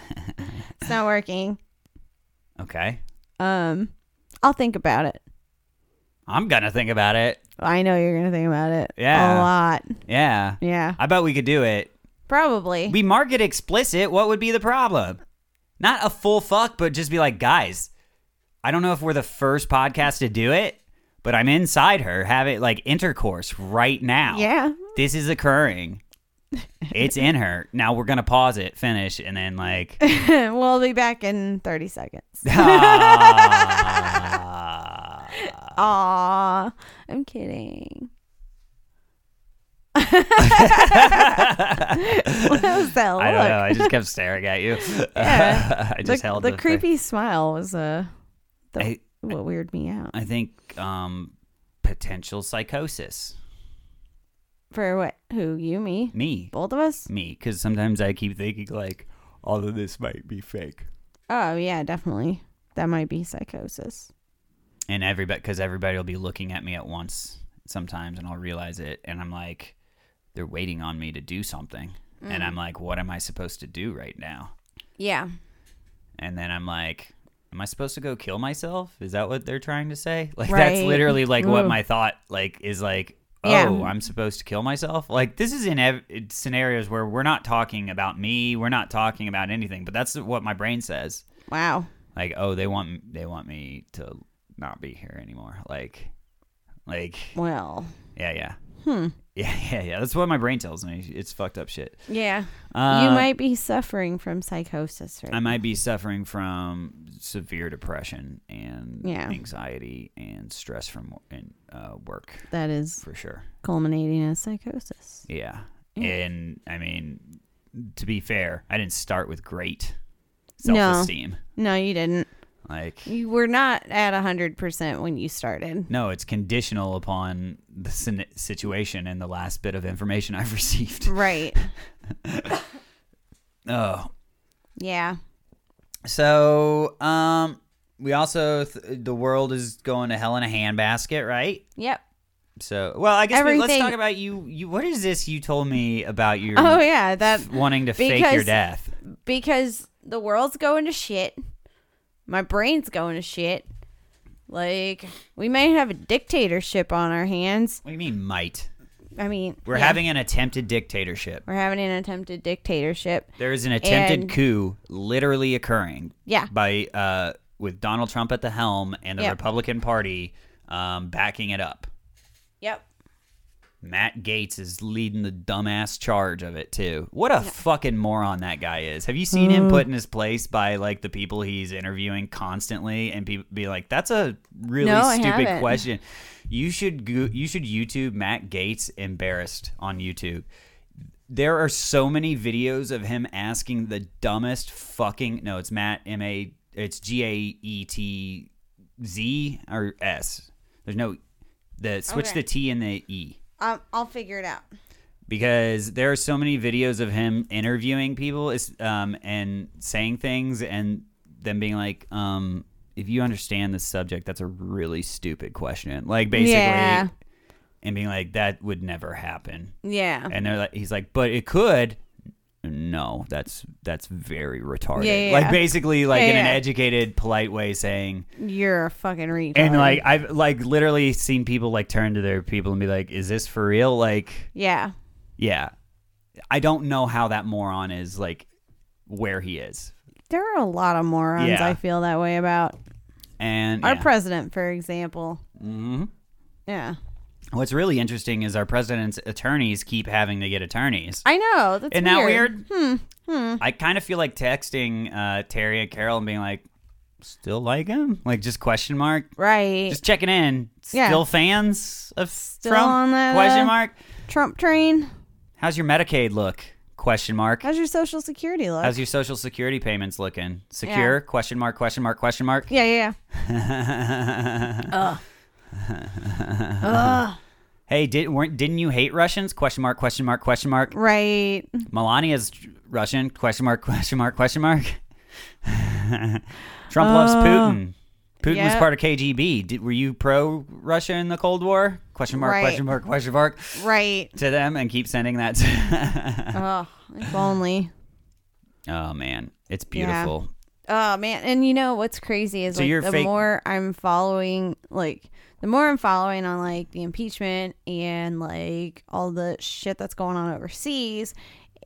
Speaker 2: not working.
Speaker 1: Okay.
Speaker 2: Um, I'll think about it.
Speaker 1: I'm gonna think about it.
Speaker 2: I know you're gonna think about it.
Speaker 1: Yeah.
Speaker 2: A lot.
Speaker 1: Yeah.
Speaker 2: Yeah.
Speaker 1: I bet we could do it.
Speaker 2: Probably.
Speaker 1: We mark it explicit. What would be the problem? Not a full fuck, but just be like, guys, I don't know if we're the first podcast to do it, but I'm inside her having like intercourse right now.
Speaker 2: yeah.
Speaker 1: This is occurring. It's in her. Now we're going to pause it, finish, and then like.
Speaker 2: we'll be back in 30 seconds.
Speaker 1: Ah.
Speaker 2: Aw. I'm kidding. what was that look?
Speaker 1: I don't know. I just kept staring at you.
Speaker 2: Yeah.
Speaker 1: I
Speaker 2: The,
Speaker 1: just held
Speaker 2: the
Speaker 1: thing.
Speaker 2: creepy smile was uh, the,
Speaker 1: I-
Speaker 2: what weirded me out.
Speaker 1: I think um, potential psychosis.
Speaker 2: For what? Who? You? Me?
Speaker 1: Me.
Speaker 2: Both of us?
Speaker 1: me because sometimes I keep thinking like, all of this might be fake,
Speaker 2: Oh yeah, definitely. That might be psychosis.
Speaker 1: and everybody because everybody will be looking at me at once sometimes, and I'll realize it, and I'm like, they're waiting on me to do something, and I'm like, what am I supposed to do right now?
Speaker 2: Yeah.
Speaker 1: And then I'm like. Am I supposed to go kill myself? Is that what they're trying to say? Like that's
Speaker 2: Right.
Speaker 1: literally like what
Speaker 2: Ooh.
Speaker 1: my thought like is like, oh,
Speaker 2: Yeah.
Speaker 1: I'm supposed to kill myself? Like this is in ev- scenarios where we're not talking about me, we're not talking about anything, but that's what my brain says.
Speaker 2: Wow.
Speaker 1: like oh they want they want me to not be here anymore like like
Speaker 2: Well.
Speaker 1: yeah yeah
Speaker 2: Hmm.
Speaker 1: yeah yeah yeah that's what my brain tells me it's fucked up shit
Speaker 2: Yeah.
Speaker 1: uh,
Speaker 2: you might be suffering from psychosis, right?
Speaker 1: i might be suffering from severe depression and
Speaker 2: Yeah.
Speaker 1: anxiety and stress from wo- and uh, work
Speaker 2: that is
Speaker 1: for sure
Speaker 2: culminating in psychosis.
Speaker 1: yeah
Speaker 2: Yeah.
Speaker 1: and i mean to be fair i didn't start with great
Speaker 2: No.
Speaker 1: self-esteem
Speaker 2: No, you didn't.
Speaker 1: like
Speaker 2: You were not at hundred percent when you started.
Speaker 1: No, it's conditional upon the sin- situation and the last bit of information I've received.
Speaker 2: Right.
Speaker 1: Oh,
Speaker 2: Yeah.
Speaker 1: so um, we also th- the world is going to hell in a handbasket, right?
Speaker 2: Yep.
Speaker 1: So, well, I guess we, let's
Speaker 2: Everything-
Speaker 1: talk about you. You, what is this you told me about your
Speaker 2: Oh yeah, that
Speaker 1: wanting to fake your
Speaker 2: because-
Speaker 1: death?
Speaker 2: because the world's going to shit. My brain's going to shit. Like we may have a dictatorship on our hands.
Speaker 1: What do you mean, might?
Speaker 2: I mean,
Speaker 1: We're
Speaker 2: yeah.
Speaker 1: having an attempted dictatorship.
Speaker 2: We're having an attempted dictatorship.
Speaker 1: There is an attempted
Speaker 2: And-
Speaker 1: coup literally occurring
Speaker 2: Yeah.
Speaker 1: by uh, with Donald Trump at the helm and the
Speaker 2: Yep.
Speaker 1: Republican Party um, backing it up.
Speaker 2: Yep.
Speaker 1: Matt Gates is leading the dumbass charge of it too. What a fucking moron that guy is. Have you seen
Speaker 2: Mm.
Speaker 1: him put in his place by like the people he's interviewing constantly and people be like, "That's a really
Speaker 2: No, I
Speaker 1: stupid
Speaker 2: haven't.
Speaker 1: question." You should go- you should YouTube Matt Gates embarrassed on YouTube. There are so many videos of him asking the dumbest fucking no, it's Matt M A it's G A E T Z or S. There's no the switch
Speaker 2: Okay.
Speaker 1: the T and the E
Speaker 2: Um, I'll figure it out.
Speaker 1: because there are so many videos of him interviewing people is- um, and saying things and them being like, um, if you understand this subject, that's a really stupid question. Like basically,
Speaker 2: Yeah.
Speaker 1: and being like, that would never happen.
Speaker 2: Yeah.
Speaker 1: And they're like, he's like, but it could. No, that's that's very retarded.
Speaker 2: Yeah, yeah,
Speaker 1: like
Speaker 2: yeah.
Speaker 1: basically, like
Speaker 2: Yeah,
Speaker 1: in an
Speaker 2: yeah.
Speaker 1: educated, polite way, saying,
Speaker 2: You're a fucking retard.
Speaker 1: and like I've like literally seen people like turn to their people and be like, is this for real? Like,
Speaker 2: yeah.
Speaker 1: yeah. I don't know how that moron is like where he is.
Speaker 2: There are a lot of morons
Speaker 1: Yeah.
Speaker 2: I feel that way about.
Speaker 1: And
Speaker 2: Our
Speaker 1: yeah.
Speaker 2: president, for example.
Speaker 1: Mhm.
Speaker 2: Yeah.
Speaker 1: what's really interesting is our president's attorneys keep having to get attorneys.
Speaker 2: I know. That's
Speaker 1: Isn't
Speaker 2: weird.
Speaker 1: that weird? Hmm. I kind of feel like texting uh, Terry and Carol and being like, still like him? Like just question mark?
Speaker 2: Right.
Speaker 1: Just checking in.
Speaker 2: Yeah.
Speaker 1: Still fans of Trump?
Speaker 2: on the-
Speaker 1: question mark.
Speaker 2: Trump train.
Speaker 1: How's your Medicaid look? Question mark.
Speaker 2: How's your social security look?
Speaker 1: How's your social security payments looking? Secure? Question mark, question mark, question mark.
Speaker 2: yeah, yeah, yeah. Ugh.
Speaker 1: Hey, did weren't didn't you hate Russians? Question mark, question mark, question mark.
Speaker 2: Right.
Speaker 1: Melania's Russian? Question mark, question mark, question mark. Trump loves Putin. Putin was
Speaker 2: Uh, yeah.
Speaker 1: part of KGB. Did, were you pro Russia in the Cold War? Question mark,
Speaker 2: Right.
Speaker 1: question mark, question mark
Speaker 2: Right.
Speaker 1: to them and keep sending that. To
Speaker 2: Oh, if only.
Speaker 1: oh man, it's beautiful.
Speaker 2: Oh man, and you know what's crazy is
Speaker 1: So
Speaker 2: like
Speaker 1: you're
Speaker 2: the
Speaker 1: fake-
Speaker 2: more I'm following, like the more I'm following on like the impeachment and like all the shit that's going on overseas,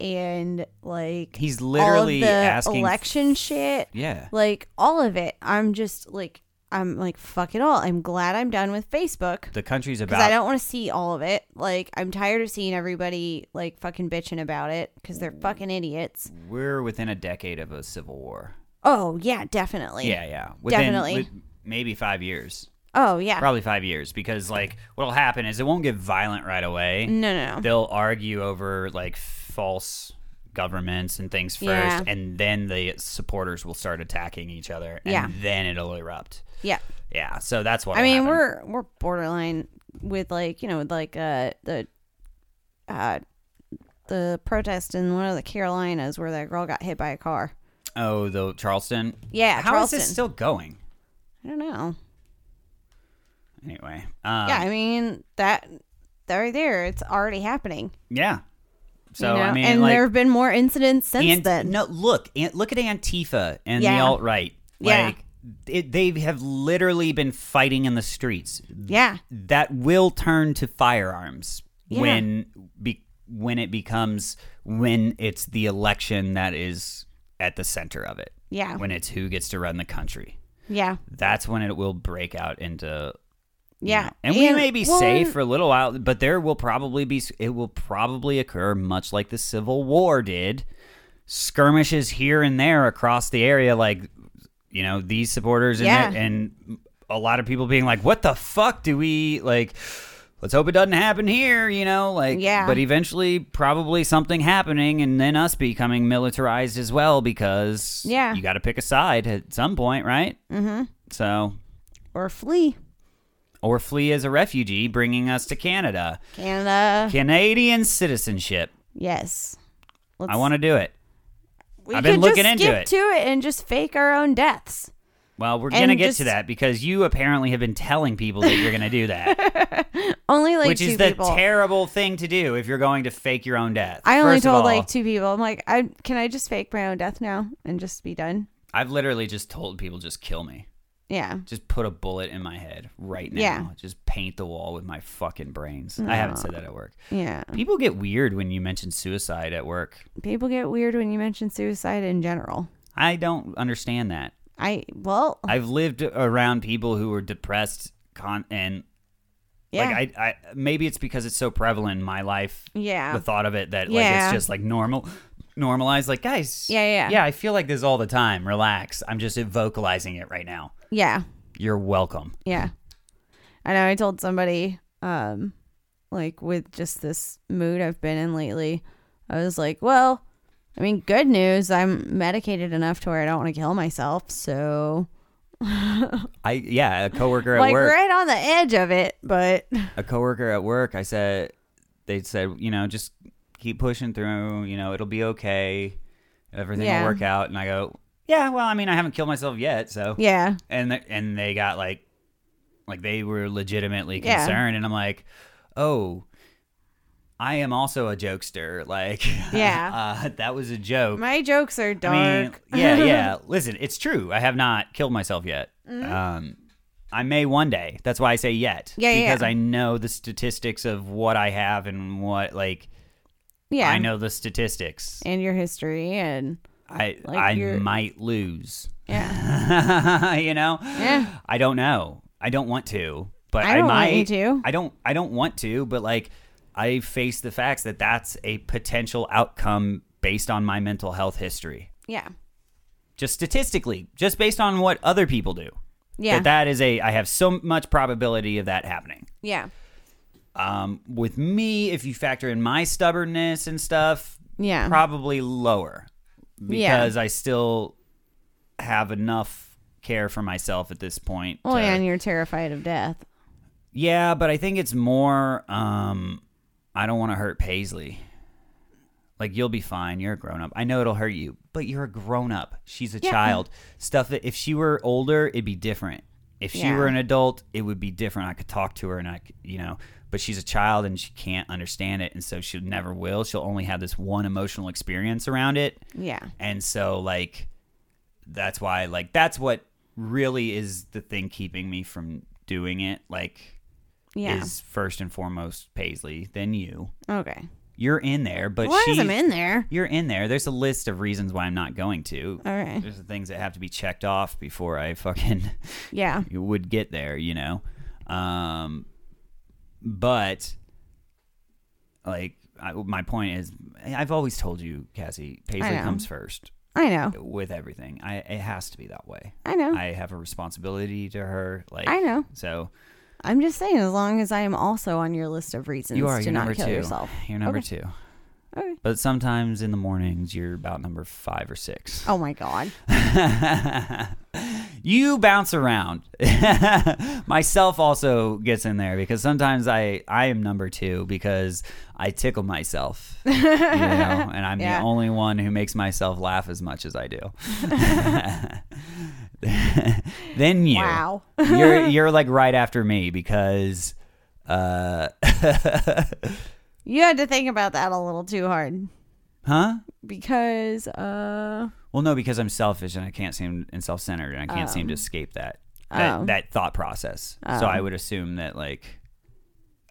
Speaker 2: and like
Speaker 1: He's
Speaker 2: all of
Speaker 1: literally
Speaker 2: the
Speaker 1: asking
Speaker 2: election shit,
Speaker 1: Yeah.
Speaker 2: like all of it. I'm just like I'm like fuck it all. I'm glad I'm done with Facebook
Speaker 1: The country's
Speaker 2: because I
Speaker 1: about
Speaker 2: don't want to see all of it. Like I'm tired of seeing everybody like fucking bitching about it because they're fucking idiots.
Speaker 1: we're within a decade of a civil war.
Speaker 2: Oh yeah, definitely.
Speaker 1: Yeah, yeah. Within,
Speaker 2: Definitely.
Speaker 1: with- maybe 5 years.
Speaker 2: Oh yeah.
Speaker 1: probably five years because like what'll happen is it won't get violent right away
Speaker 2: No, no, no.
Speaker 1: they'll argue over like false governments and things first
Speaker 2: Yeah.
Speaker 1: and then the supporters will start attacking each other and
Speaker 2: Yeah.
Speaker 1: then it'll erupt
Speaker 2: Yeah.
Speaker 1: yeah so that's what
Speaker 2: I mean, we're we're borderline with like, you know, with like uh the uh the protest in one of the Carolinas where that girl got hit by a car.
Speaker 1: oh the charleston
Speaker 2: Yeah,
Speaker 1: How is
Speaker 2: Charleston.
Speaker 1: this still going
Speaker 2: I don't know.
Speaker 1: anyway um,
Speaker 2: yeah, I mean that that right there, it's already happening.
Speaker 1: yeah
Speaker 2: you
Speaker 1: so i
Speaker 2: know?
Speaker 1: mean
Speaker 2: and
Speaker 1: like
Speaker 2: there have been more incidents since
Speaker 1: And
Speaker 2: then.
Speaker 1: no, look, and look at Antifa and the
Speaker 2: Yeah.
Speaker 1: alt right.
Speaker 2: Yeah.
Speaker 1: Like it, they have literally been fighting in the streets.
Speaker 2: Yeah.
Speaker 1: That will turn to firearms
Speaker 2: Yeah.
Speaker 1: when be, when it becomes when it's the election that is at the center of it.
Speaker 2: Yeah.
Speaker 1: When it's who gets to run the country.
Speaker 2: Yeah.
Speaker 1: That's when it will break out into
Speaker 2: Yeah.
Speaker 1: and we may be
Speaker 2: well,
Speaker 1: safe for a little while, but there will probably be it will probably occur much like the Civil War did, skirmishes here and there across the area, like you know these supporters and
Speaker 2: Yeah.
Speaker 1: that- and a lot of people being like, "What the fuck do we like?" Let's hope it doesn't happen here, you know, like
Speaker 2: Yeah.
Speaker 1: but eventually probably something happening and then us becoming militarized as well because
Speaker 2: Yeah. Mm-hmm.
Speaker 1: you got to pick a side at some point, right? Mhm. So,
Speaker 2: Or flee.
Speaker 1: or flee as a refugee, bringing us to Canada.
Speaker 2: Canada.
Speaker 1: Canadian citizenship.
Speaker 2: Yes. Let's
Speaker 1: I want to do it.
Speaker 2: we
Speaker 1: I've been
Speaker 2: could
Speaker 1: looking
Speaker 2: just
Speaker 1: into
Speaker 2: skip
Speaker 1: it.
Speaker 2: to it and just fake our own deaths.
Speaker 1: Well, we're going to
Speaker 2: And
Speaker 1: get
Speaker 2: just-
Speaker 1: to that because you apparently have been telling people that you're going to do that,
Speaker 2: Only like
Speaker 1: which
Speaker 2: two
Speaker 1: is the
Speaker 2: people.
Speaker 1: terrible thing to do if you're going to fake your own death.
Speaker 2: I only
Speaker 1: First of
Speaker 2: told
Speaker 1: all,
Speaker 2: like two people. I'm like, I can I just fake my own death now and just be done?
Speaker 1: I've literally just told people just kill me.
Speaker 2: Yeah.
Speaker 1: Just put a bullet in my head right now.
Speaker 2: Yeah.
Speaker 1: Just paint the wall with my fucking brains. I haven't said that at work.
Speaker 2: Yeah.
Speaker 1: People get weird when you mention suicide at work.
Speaker 2: People get weird when you mention suicide in general.
Speaker 1: I don't understand that.
Speaker 2: I well,
Speaker 1: I've lived around people who were depressed con- and
Speaker 2: yeah,
Speaker 1: like I, I maybe it's because it's so prevalent in my life
Speaker 2: yeah,
Speaker 1: the thought of it that like
Speaker 2: Yeah.
Speaker 1: it's just like normal normalized like guys
Speaker 2: Yeah, yeah, yeah.
Speaker 1: yeah I feel like this all the time relax I'm just vocalizing it right now
Speaker 2: yeah.
Speaker 1: you're welcome
Speaker 2: Yeah. I know I told somebody um like with just this mood I've been in lately. I was like, well, I mean, good news, I'm medicated enough to where I don't want to kill myself, so
Speaker 1: I yeah a coworker at
Speaker 2: like
Speaker 1: work
Speaker 2: right on the edge of it, but
Speaker 1: a coworker at work I said they said you know just keep pushing through you know it'll be okay everything
Speaker 2: Yeah.
Speaker 1: will work out and I go yeah well I mean I haven't killed myself yet so
Speaker 2: yeah.
Speaker 1: and th- and they got like like they were legitimately
Speaker 2: Yeah.
Speaker 1: concerned and i'm like oh i am also a jokester like
Speaker 2: Yeah.
Speaker 1: uh, that was a joke
Speaker 2: My jokes are dark.
Speaker 1: I mean, yeah yeah listen it's true i have not killed myself yet um I may one day. That's why I say yet.
Speaker 2: Mm-hmm. Yeah, yeah,
Speaker 1: Because
Speaker 2: yeah.
Speaker 1: I know the statistics of what I have and what like
Speaker 2: yeah.
Speaker 1: I know the statistics.
Speaker 2: And your history and
Speaker 1: I
Speaker 2: Like
Speaker 1: I
Speaker 2: you're-
Speaker 1: might lose.
Speaker 2: yeah.
Speaker 1: you know?
Speaker 2: Yeah.
Speaker 1: I don't know. I don't want to, but
Speaker 2: I
Speaker 1: I,
Speaker 2: don't want
Speaker 1: might.
Speaker 2: you to.
Speaker 1: I don't. I don't want to, but like, I face the facts that that's a potential outcome based on my mental health history,
Speaker 2: Yeah.
Speaker 1: just statistically, just based on what other people do.
Speaker 2: Yeah.
Speaker 1: That that is a. I have so much probability of that happening.
Speaker 2: yeah.
Speaker 1: Um, with me, if you factor in my stubbornness and stuff,
Speaker 2: Yeah.
Speaker 1: probably lower because I still have enough care for myself at this point.
Speaker 2: well,
Speaker 1: to-
Speaker 2: yeah, and you're terrified of death.
Speaker 1: Yeah, but I think it's more um I don't want to hurt Paisley. Like you'll be fine. You're a grown up. I know it'll hurt you, but you're a grown up. She's a
Speaker 2: Yeah.
Speaker 1: child. Stuff that if she were older, it'd be different. If she
Speaker 2: Yeah.
Speaker 1: were an adult, it would be different. I could talk to her and I, c- you know, but she's a child and she can't understand it and so she never will. She'll only have this one emotional experience around it.
Speaker 2: Yeah.
Speaker 1: And so like that's why like that's what really is the thing keeping me from doing it. Like
Speaker 2: Yeah.
Speaker 1: is first and foremost Paisley, then you.
Speaker 2: okay.
Speaker 1: You're in there, but
Speaker 2: Why
Speaker 1: she's
Speaker 2: is I'm in there?
Speaker 1: You're in there. There's a list of reasons why I'm not going to.
Speaker 2: All right.
Speaker 1: There's the things that have to be checked off before I fucking
Speaker 2: Yeah.
Speaker 1: would get there, you know. Um, but like I, my point is, I've always told you, Cassie, Paisley
Speaker 2: know.
Speaker 1: comes first
Speaker 2: I know.
Speaker 1: with everything. I it has to be that way.
Speaker 2: I know.
Speaker 1: I have a responsibility to her. Like
Speaker 2: Mm. I know.
Speaker 1: So
Speaker 2: I'm just saying, as long as I am also on your list of reasons
Speaker 1: you are
Speaker 2: to
Speaker 1: you're
Speaker 2: not
Speaker 1: number
Speaker 2: kill
Speaker 1: two.
Speaker 2: yourself.
Speaker 1: You're number two.
Speaker 2: Okay.
Speaker 1: But sometimes in the mornings, you're about number five or six.
Speaker 2: Oh my god.
Speaker 1: you bounce around. Myself also gets in there because sometimes I, I am number two because I tickle myself. you know, and I'm
Speaker 2: Yeah.
Speaker 1: the only one who makes myself laugh as much as I do. then you.
Speaker 2: Wow.
Speaker 1: you're, you're like right after me because. Uh,
Speaker 2: You had to think about that a little too hard
Speaker 1: huh?
Speaker 2: because uh
Speaker 1: Well, no, because I'm selfish and I can't seem and self centered and I can't seem to escape that that,
Speaker 2: Oh.
Speaker 1: that thought process. So I would assume that like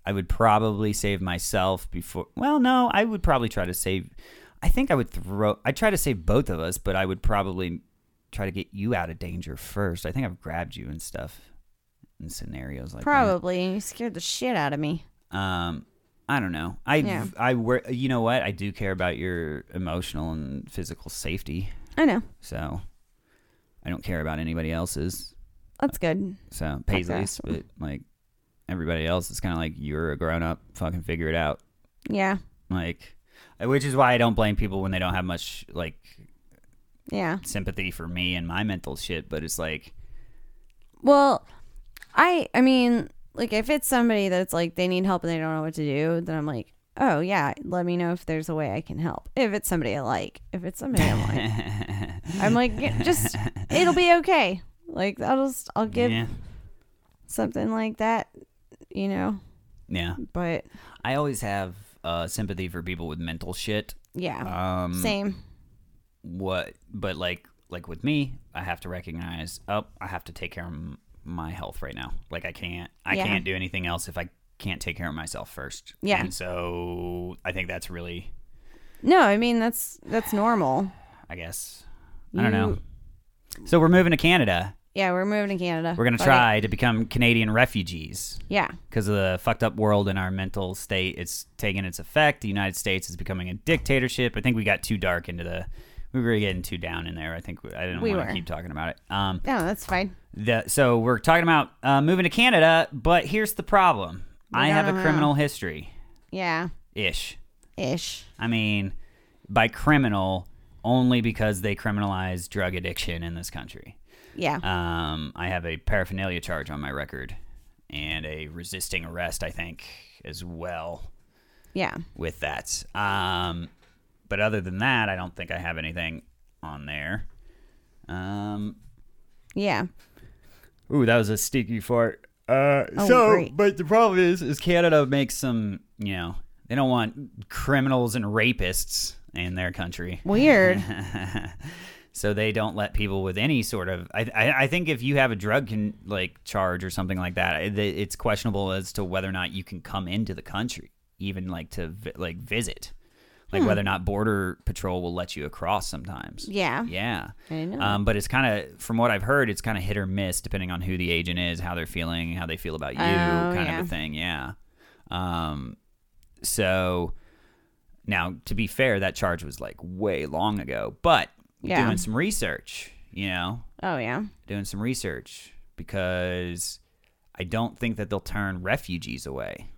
Speaker 1: I would probably save myself before. Well, no, I would probably try to save. I think I would throw. I try to save both of us, but I would probably try to get you out of danger first. I think I've grabbed you and stuff in scenarios like that.
Speaker 2: probably you scared the shit out of me.
Speaker 1: Um, I don't know. I
Speaker 2: Yeah.
Speaker 1: I wor- you know what? I do care about your emotional and physical safety.
Speaker 2: I know.
Speaker 1: So I don't care about anybody else's.
Speaker 2: That's good.
Speaker 1: So Paisley's,
Speaker 2: grasp.
Speaker 1: but like everybody else, it's kind of like you're a grown up, fucking figure it out.
Speaker 2: Yeah.
Speaker 1: Like, which is why I don't blame people when they don't have much like
Speaker 2: Yeah.
Speaker 1: sympathy for me and my mental shit. But it's like,
Speaker 2: Well, I I mean, like if it's somebody that's like they need help and they don't know what to do, then I'm like, "Oh, yeah, let me know if there's a way I can help." If it's somebody I like, if it's somebody I'm like, I'm like, "Yeah, "Just it'll be okay." Like I'll just I'll give
Speaker 1: yeah,
Speaker 2: something like that, you know.
Speaker 1: yeah.
Speaker 2: But
Speaker 1: I always have uh, sympathy for people with mental shit.
Speaker 2: yeah,
Speaker 1: Um,
Speaker 2: same.
Speaker 1: what but like like with me i have to recognize oh i have to take care of m- my health right now like i can't i
Speaker 2: Yeah.
Speaker 1: can't do anything else if i can't take care of myself first
Speaker 2: Yeah.
Speaker 1: and so i think that's really
Speaker 2: No, I mean that's that's normal.
Speaker 1: i guess i don't know
Speaker 2: You-
Speaker 1: So we're moving to Canada.
Speaker 2: Yeah, we're moving to Canada.
Speaker 1: We're gonna
Speaker 2: Fuck it.
Speaker 1: try to become Canadian refugees
Speaker 2: Yeah.
Speaker 1: because of the fucked up world and our mental state. It's taking its effect. The United States is becoming a dictatorship. I think we got too dark into the. We were getting too down in there. I think we- I didn't
Speaker 2: We
Speaker 1: want
Speaker 2: were.
Speaker 1: to keep talking about it. Um,
Speaker 2: No, that's fine.
Speaker 1: the, so we're talking about uh, moving to Canada, but here's the problem.
Speaker 2: We
Speaker 1: I
Speaker 2: don't
Speaker 1: have a
Speaker 2: know how.
Speaker 1: criminal history,
Speaker 2: Yeah.
Speaker 1: ish.
Speaker 2: Ish.
Speaker 1: I mean, by criminal, only because they criminalize drug addiction in this country.
Speaker 2: Yeah.
Speaker 1: Um, I have a paraphernalia charge on my record and a resisting arrest, I think, as well
Speaker 2: yeah.
Speaker 1: with that. Um, but other than that, I don't think I have anything on there. Um,
Speaker 2: Yeah.
Speaker 1: Ooh, that was a sticky fart. Uh,
Speaker 2: Oh,
Speaker 1: so,
Speaker 2: great.
Speaker 1: but the problem is, is Canada makes some, you know, they don't want criminals and rapists in their country,
Speaker 2: Weird.
Speaker 1: so they don't let people with any sort of. I, I, I think if you have a drug can like charge or something like that, it, it's questionable as to whether or not you can come into the country, even like to vi- like visit, like whether or not border patrol will let you across sometimes.
Speaker 2: Hmm. yeah.
Speaker 1: Yeah.
Speaker 2: I know.
Speaker 1: Um, but it's kind of, from what I've heard, it's kind of hit or miss depending on who the agent is, how they're feeling, how they feel about you,
Speaker 2: Oh,
Speaker 1: kind
Speaker 2: yeah.
Speaker 1: of a thing. Yeah. Um, so now, to be fair, that charge was like way long ago, but
Speaker 2: Yeah.
Speaker 1: doing some research, you know,
Speaker 2: Oh yeah.
Speaker 1: doing some research because I don't think that they'll turn refugees away.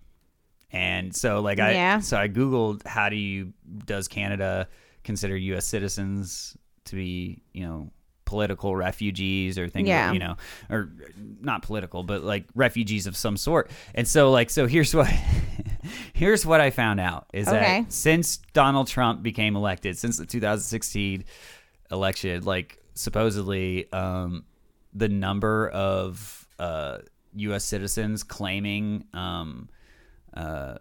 Speaker 1: And so like I
Speaker 2: Yeah.
Speaker 1: so I googled how do you does Canada consider US citizens to be, you know, political refugees or things
Speaker 2: Yeah.
Speaker 1: you know or not political but like refugees of some sort. And so like so here's what here's what I found out is
Speaker 2: Okay.
Speaker 1: that since Donald Trump became elected, since the 2016 election, like supposedly um, the number of uh, U.S. citizens claiming um, uh,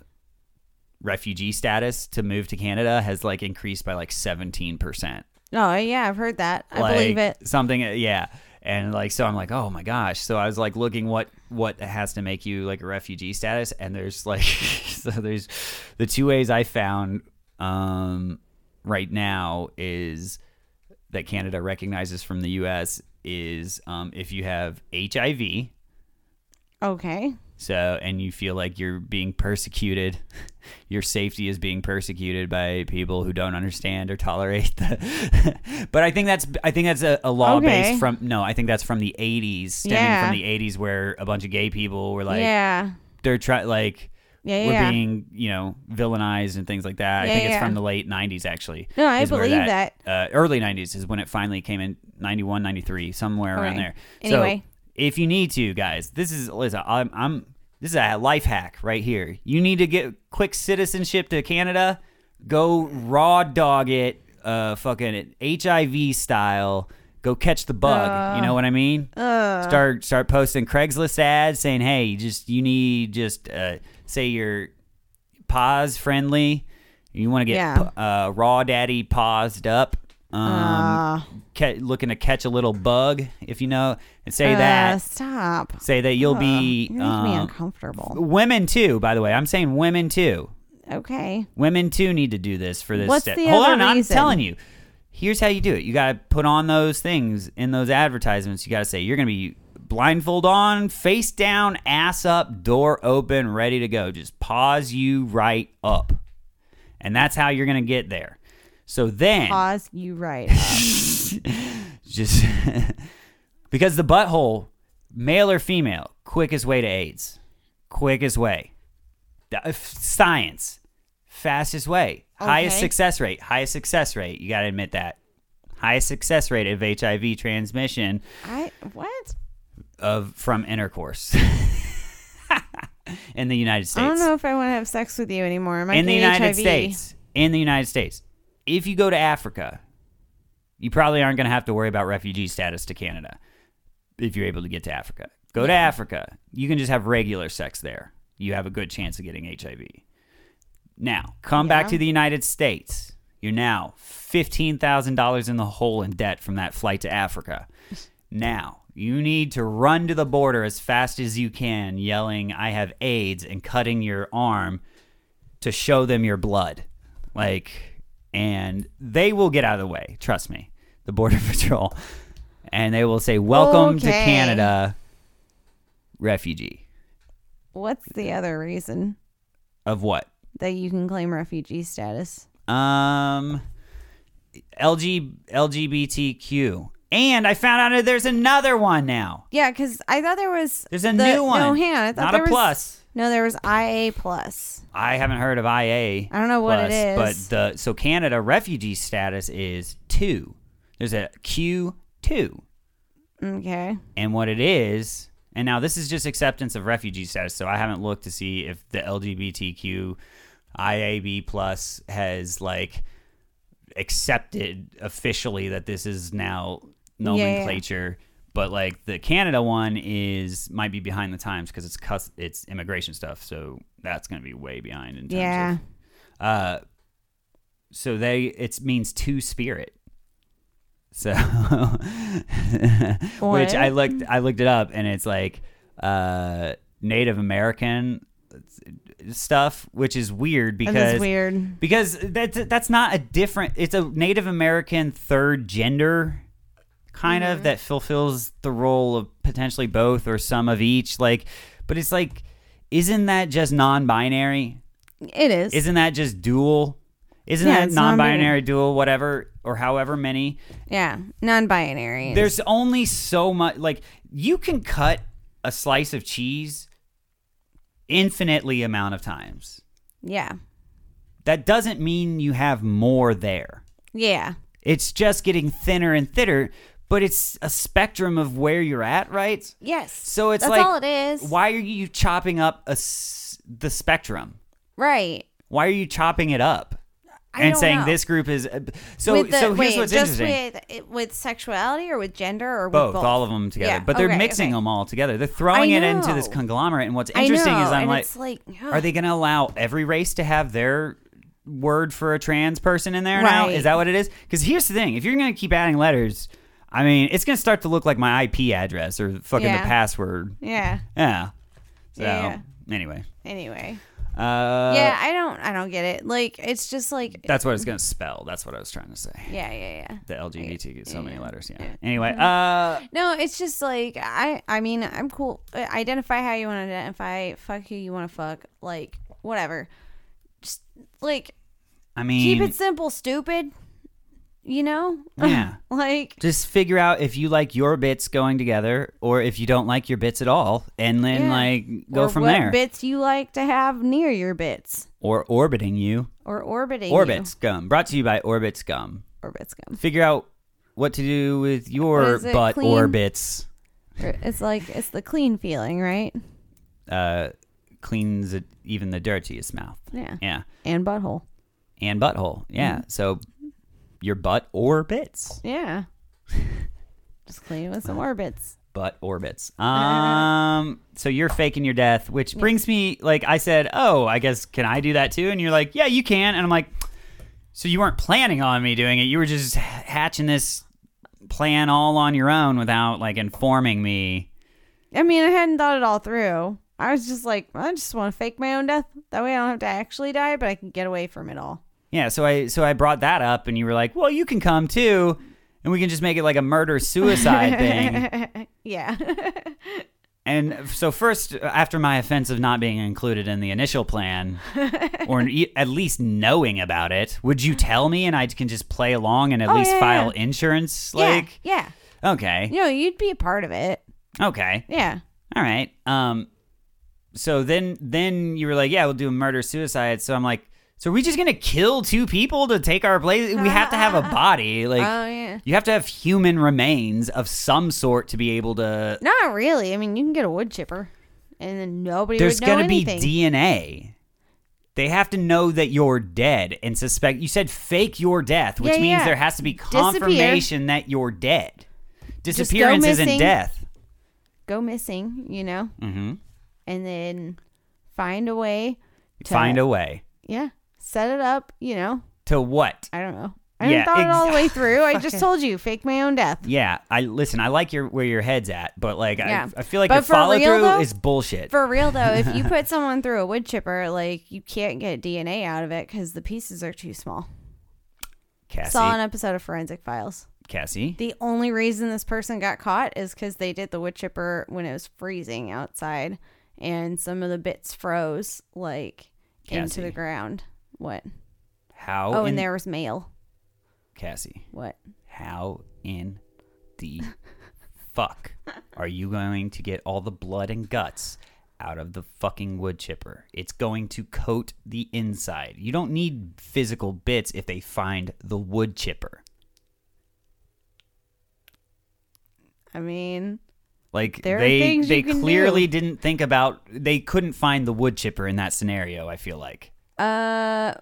Speaker 1: refugee status to move to Canada has like increased by like 17 percent.
Speaker 2: Oh yeah. I've heard that. I believe it.
Speaker 1: Something, uh, yeah. And like so, I'm like, oh my gosh. So I was like looking what what has to make you like a refugee status, and there's like so there's the two ways I found um, right now is that Canada recognizes from the U.S. is um, if you have HIV,
Speaker 2: Okay.
Speaker 1: so, and you feel like you're being persecuted, your safety is being persecuted by people who don't understand or tolerate the. but I think that's I think that's a, a law
Speaker 2: Okay.
Speaker 1: based from no, I think that's from the '80s, stemming
Speaker 2: Yeah.
Speaker 1: from the '80s, where a bunch of gay people were like
Speaker 2: yeah.
Speaker 1: they're try like
Speaker 2: Yeah.
Speaker 1: we're
Speaker 2: Yeah.
Speaker 1: being you know villainized and things like that.
Speaker 2: Yeah,
Speaker 1: I think
Speaker 2: yeah.
Speaker 1: it's from the late '90s actually.
Speaker 2: No, I
Speaker 1: is where
Speaker 2: believe
Speaker 1: Uh, early '90s is when it finally came in '91, '93, somewhere around
Speaker 2: Okay.
Speaker 1: there.
Speaker 2: Anyway.
Speaker 1: So, if you need to, guys, this is listen. I'm, I'm this is a life hack right here. You need to get quick citizenship to Canada. Go raw dog it, uh, fucking HIV style. Go catch the bug. you know what I mean?
Speaker 2: Uh.
Speaker 1: start start posting Craigslist ads saying, "Hey, you just you need just uh, say you're paws friendly. You want to get
Speaker 2: Yeah.
Speaker 1: uh, raw daddy paused up. Um,
Speaker 2: Ah.
Speaker 1: ca- looking to catch a little bug, if you know, and say
Speaker 2: Uh,
Speaker 1: that
Speaker 2: Stop.
Speaker 1: say that you'll
Speaker 2: It
Speaker 1: be
Speaker 2: makes me
Speaker 1: um,
Speaker 2: uncomfortable.
Speaker 1: women too. By the way, I'm saying women too.
Speaker 2: Okay.
Speaker 1: Women too need to do this for this.
Speaker 2: What's
Speaker 1: step.
Speaker 2: the
Speaker 1: Hold
Speaker 2: other
Speaker 1: on, I'm
Speaker 2: reason?
Speaker 1: telling you. Here's how you do it. You gotta put on those things in those advertisements. You gotta say you're gonna be blindfold on, face down, ass up, door open, ready to go. Just pause you right up, and that's how you're gonna get there. So then,
Speaker 2: Pause. You right.
Speaker 1: just because the butthole, male or female, quickest way to AIDS, quickest way, The- uh, science, fastest way, highest
Speaker 2: Okay.
Speaker 1: success rate, highest success rate. You got to admit that highest success rate of HIV transmission
Speaker 2: I what?
Speaker 1: of from intercourse in the United States
Speaker 2: I don't know if I want to have sex with you anymore. Am I
Speaker 1: in the
Speaker 2: getting
Speaker 1: United
Speaker 2: HIV?
Speaker 1: States. In the United States. If you go to Africa, you probably aren't going to have to worry about refugee status to Canada if you're able to get to Africa. Go to Africa. You can just have regular sex there. You have a good chance of getting HIV. Now, come back
Speaker 2: Yeah.
Speaker 1: to the United States. You're now $15,000 in the hole in debt from that flight to Africa. Now, you need to run to the border as fast as you can, yelling, I have AIDS, and cutting your arm to show them your blood. Like, and they will get out of the way. Trust me. The Border Patrol. and they will say, "Welcome to
Speaker 2: Okay.
Speaker 1: Canada, refugee."
Speaker 2: What's the other reason
Speaker 1: Of what?
Speaker 2: that you can claim refugee status?
Speaker 1: Um, LG, LGBTQ, and I found out that there's another one now.
Speaker 2: Yeah, because I thought there was
Speaker 1: There's a
Speaker 2: the-
Speaker 1: new one.
Speaker 2: No, hang on. I thought
Speaker 1: Not
Speaker 2: there
Speaker 1: a
Speaker 2: was,
Speaker 1: plus.
Speaker 2: No, there was IA plus.
Speaker 1: I haven't heard of IA.
Speaker 2: I don't know what it is.
Speaker 1: but the so Canada refugee status is two. There's a Q two.
Speaker 2: Okay.
Speaker 1: and what it is and now this is just acceptance of refugee status so i haven't looked to see if the lgbtq iab plus has like accepted officially that this is now
Speaker 2: Yeah, yeah.
Speaker 1: nomenclature but like the canada one is might be behind the times because it's cus- it's immigration stuff so that's going to be way behind in terms
Speaker 2: Yeah.
Speaker 1: of uh so they it means two spirit so which I
Speaker 2: What?
Speaker 1: looked I looked it up and it's like uh Native American stuff, which is weird because
Speaker 2: that is weird.
Speaker 1: because that's that's not a different it's a Native American third gender kind
Speaker 2: Mm-hmm.
Speaker 1: of that fulfills the role of potentially both or some of each like but it's like isn't that just non-binary?
Speaker 2: It is.
Speaker 1: Isn't that just dual? Isn't
Speaker 2: Yeah,
Speaker 1: that
Speaker 2: it's non-binary.
Speaker 1: non-binary, dual whatever or however many?
Speaker 2: yeah. Non-binary.
Speaker 1: There's only so much like you can cut a slice of cheese infinitely amount of times.
Speaker 2: yeah.
Speaker 1: That doesn't mean you have more there.
Speaker 2: Yeah.
Speaker 1: It's just getting thinner and thinner, but it's a spectrum of where you're at, right?
Speaker 2: Yes.
Speaker 1: So it's
Speaker 2: That's
Speaker 1: like
Speaker 2: all it is.
Speaker 1: why are you chopping up a s- the spectrum?
Speaker 2: Right.
Speaker 1: Why are you chopping it up?
Speaker 2: I
Speaker 1: and
Speaker 2: don't
Speaker 1: saying
Speaker 2: know.
Speaker 1: this group is uh, so
Speaker 2: With the-
Speaker 1: so here's
Speaker 2: wait,
Speaker 1: what's
Speaker 2: just
Speaker 1: interesting.
Speaker 2: With, with sexuality or with gender or
Speaker 1: both,
Speaker 2: with both?
Speaker 1: all of them together.
Speaker 2: Yeah,
Speaker 1: But they're
Speaker 2: okay,
Speaker 1: mixing
Speaker 2: okay.
Speaker 1: them all together. They're throwing it into this
Speaker 2: know.
Speaker 1: conglomerate. And what's
Speaker 2: I
Speaker 1: interesting
Speaker 2: know,
Speaker 1: is I'm
Speaker 2: and
Speaker 1: like,
Speaker 2: it's like,
Speaker 1: are they going to allow every race to have their word for a trans person in there now?
Speaker 2: Right.
Speaker 1: Is that what it is? Because here's the thing: if you're going to keep adding letters, I mean, it's going to start to look like my IP address or fucking
Speaker 2: Yeah.
Speaker 1: the password.
Speaker 2: Yeah.
Speaker 1: Yeah. So
Speaker 2: Yeah.
Speaker 1: anyway,
Speaker 2: Anyway.
Speaker 1: uh,
Speaker 2: yeah, I don't. I don't get it. Like it's just like.
Speaker 1: that's what it's going to spell. That's what I was trying to say.
Speaker 2: Yeah. Yeah. Yeah.
Speaker 1: The LGBT gets so many letters. Yeah.
Speaker 2: yeah. Mm-hmm.
Speaker 1: Anyway, uh,
Speaker 2: No, it's just like I. I mean, I'm cool. Uh, Identify how you want to identify. Fuck who you want to fuck. Like whatever. Just like
Speaker 1: I mean,
Speaker 2: keep it simple, stupid. You know.
Speaker 1: yeah.
Speaker 2: like
Speaker 1: just figure out if you like your bits going together or if you don't like your bits at all and then
Speaker 2: Yeah.
Speaker 1: like go
Speaker 2: or
Speaker 1: from
Speaker 2: what
Speaker 1: there
Speaker 2: Bits you like to have near your bits
Speaker 1: or orbiting you
Speaker 2: or orbiting. you.
Speaker 1: orbits gum brought to you by orbits gum
Speaker 2: Orbits gum.
Speaker 1: figure out what to do with
Speaker 2: What
Speaker 1: your
Speaker 2: is it,
Speaker 1: butt
Speaker 2: clean?
Speaker 1: orbits
Speaker 2: It's like it's the clean feeling, right?
Speaker 1: uh cleans it, even the dirtiest mouth
Speaker 2: Yeah. Mm-hmm.
Speaker 1: yeah
Speaker 2: And butthole.
Speaker 1: and butthole yeah so your butt orbits
Speaker 2: Yeah. Just clean it with some orbits.
Speaker 1: butt orbits um so you're faking your death which brings me like i said oh i guess can i do that too and you're like yeah you can and i'm like so you weren't planning on me doing it you were just h- hatching this plan all on your own without like informing me
Speaker 2: I mean, I hadn't thought it all through. I was just like, I just want to fake my own death. That way I don't have to actually die, but I can get away from it all.
Speaker 1: yeah so i so i brought that up and you were like well you can come too and we can just make it like a murder suicide thing
Speaker 2: yeah.
Speaker 1: And so, first, after my offense of not being included in the initial plan, or e- at least knowing about it, would you tell me and I can just play along and at
Speaker 2: Oh,
Speaker 1: least
Speaker 2: yeah,
Speaker 1: file insurance? Like,
Speaker 2: yeah.
Speaker 1: okay,
Speaker 2: You know, you'd be a part of it.
Speaker 1: okay,
Speaker 2: Yeah.
Speaker 1: all right. Um, so then, then you were like, yeah, we'll do a murder suicide. So I'm like, so are we just gonna kill two people to take our place? We have to have a body. Like,
Speaker 2: oh, yeah.
Speaker 1: you have to have human remains of some sort to be able to.
Speaker 2: Not really. I mean, you can get a wood chipper and then nobody
Speaker 1: There's
Speaker 2: would know
Speaker 1: gonna
Speaker 2: anything.
Speaker 1: be DNA. They have to know that you're dead and suspect. You said fake your death, which
Speaker 2: Yeah,
Speaker 1: means
Speaker 2: yeah.
Speaker 1: there has to be
Speaker 2: Disappear.
Speaker 1: confirmation that you're dead. Disappearance
Speaker 2: missing.
Speaker 1: isn't death.
Speaker 2: Go missing, you know,
Speaker 1: Mm-hmm.
Speaker 2: and then find a way to
Speaker 1: Find a way
Speaker 2: Yeah. Set it up, you know.
Speaker 1: to what?
Speaker 2: I don't know. I haven't
Speaker 1: Yeah,
Speaker 2: thought it all the
Speaker 1: ex-
Speaker 2: way through. I just told you, fake my own death.
Speaker 1: Yeah, I listen. I like your where your head's at, but like
Speaker 2: Yeah.
Speaker 1: I, I feel like
Speaker 2: But
Speaker 1: your
Speaker 2: for
Speaker 1: follow
Speaker 2: real,
Speaker 1: through
Speaker 2: though?
Speaker 1: is bullshit.
Speaker 2: For real though, if you put someone through a wood chipper, like you can't get DNA out of it because the pieces are too small.
Speaker 1: Cassie,
Speaker 2: Saw an episode of Forensic Files.
Speaker 1: Cassie.
Speaker 2: The only reason this person got caught is because they did the wood chipper when it was freezing outside, and some of the bits froze like into
Speaker 1: Cassie.
Speaker 2: the ground. What?
Speaker 1: How?
Speaker 2: Oh,
Speaker 1: in,
Speaker 2: and there was mail.
Speaker 1: Cassie.
Speaker 2: What?
Speaker 1: How in the fuck are you going to get all the blood and guts out of the fucking wood chipper? It's going to coat the inside. You don't need physical bits if they find the wood chipper.
Speaker 2: I mean,
Speaker 1: Like
Speaker 2: There are
Speaker 1: they
Speaker 2: things
Speaker 1: they
Speaker 2: you can
Speaker 1: clearly
Speaker 2: do.
Speaker 1: didn't think about they couldn't find the wood chipper in that scenario, I feel like.
Speaker 2: uh,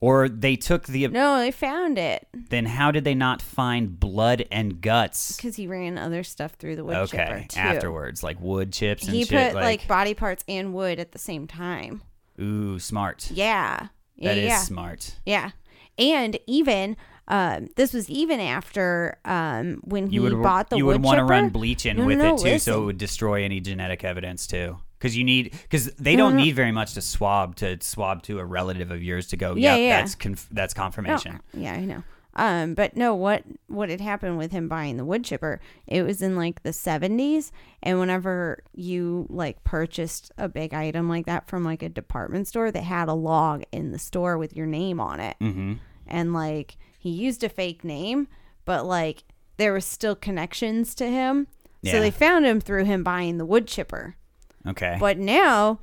Speaker 1: Or they took the
Speaker 2: no, they found it
Speaker 1: then how did they not find blood and guts?
Speaker 2: because he ran other stuff through the wood chipper
Speaker 1: Okay,
Speaker 2: too.
Speaker 1: afterwards, like wood chips and
Speaker 2: he
Speaker 1: shit.
Speaker 2: put like, body parts and wood at the same time.
Speaker 1: ooh, smart.
Speaker 2: Yeah. Yeah.
Speaker 1: That is
Speaker 2: yeah.
Speaker 1: smart.
Speaker 2: Yeah. And even um, this was even after um, when he
Speaker 1: You would
Speaker 2: bought the
Speaker 1: you
Speaker 2: wood
Speaker 1: would want to
Speaker 2: chipper.
Speaker 1: run bleach in
Speaker 2: No, no,
Speaker 1: with
Speaker 2: no,
Speaker 1: it too, so
Speaker 2: listen.
Speaker 1: it would destroy any genetic evidence too. Because you need because they
Speaker 2: No,
Speaker 1: don't
Speaker 2: no, no.
Speaker 1: need very much to swab to swab to a relative of yours to go.
Speaker 2: Yeah,
Speaker 1: yep,
Speaker 2: yeah.
Speaker 1: that's conf- that's
Speaker 2: No,
Speaker 1: confirmation.
Speaker 2: Oh, yeah, I know. Um, but no, what what had happened with him buying the wood chipper? It was in like the seventies, and whenever you like purchased a big item like that from like a department store that had a log in the store with your name on it,
Speaker 1: hmm
Speaker 2: and like he used a fake name, but like there was still connections to him,
Speaker 1: Yeah.
Speaker 2: so they found him through him buying the wood chipper.
Speaker 1: Okay.
Speaker 2: But now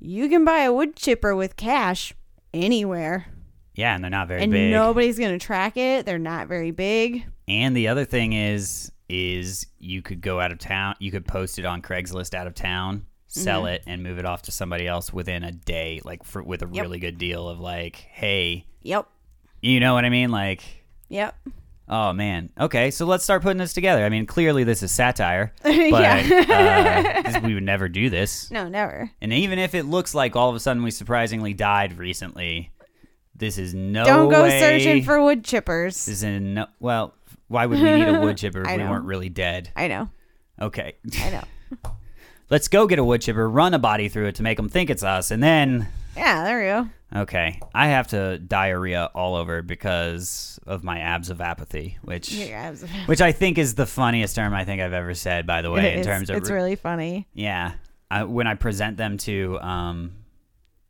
Speaker 2: you can buy a wood chipper with cash anywhere
Speaker 1: yeah, and they're not very
Speaker 2: and
Speaker 1: big.
Speaker 2: nobody's going to track it. They're not very big.
Speaker 1: And the other thing is is you could go out of town, you could post it on Craigslist out of town, sell
Speaker 2: Mm-hmm.
Speaker 1: it and move it off to somebody else within a day like for with a
Speaker 2: Yep.
Speaker 1: really good deal of like, hey,
Speaker 2: Yep.
Speaker 1: you know what I mean? Like,
Speaker 2: Yep.
Speaker 1: oh man. Okay, so let's start putting this together. I mean, clearly this is satire, but
Speaker 2: Yeah.
Speaker 1: uh, this- we would never do this.
Speaker 2: No, never.
Speaker 1: And even if it looks like all of a sudden we surprisingly died recently, this is no
Speaker 2: Don't go
Speaker 1: way-
Speaker 2: searching for wood chippers.
Speaker 1: This is no, well, why would we need a wood chipper if
Speaker 2: I
Speaker 1: we
Speaker 2: know.
Speaker 1: weren't really dead?
Speaker 2: I know.
Speaker 1: Okay.
Speaker 2: I know.
Speaker 1: Let's go get a wood chipper, run a body through it to make them think it's us, and then.
Speaker 2: Yeah, there we go.
Speaker 1: Okay. I have to diarrhea all over because of my abs of apathy, which.
Speaker 2: Your abs-
Speaker 1: Which I think is the funniest term I think I've ever said, by the way, in
Speaker 2: It's-
Speaker 1: terms of.
Speaker 2: it's
Speaker 1: re-
Speaker 2: really funny.
Speaker 1: yeah. I, when I present them to um,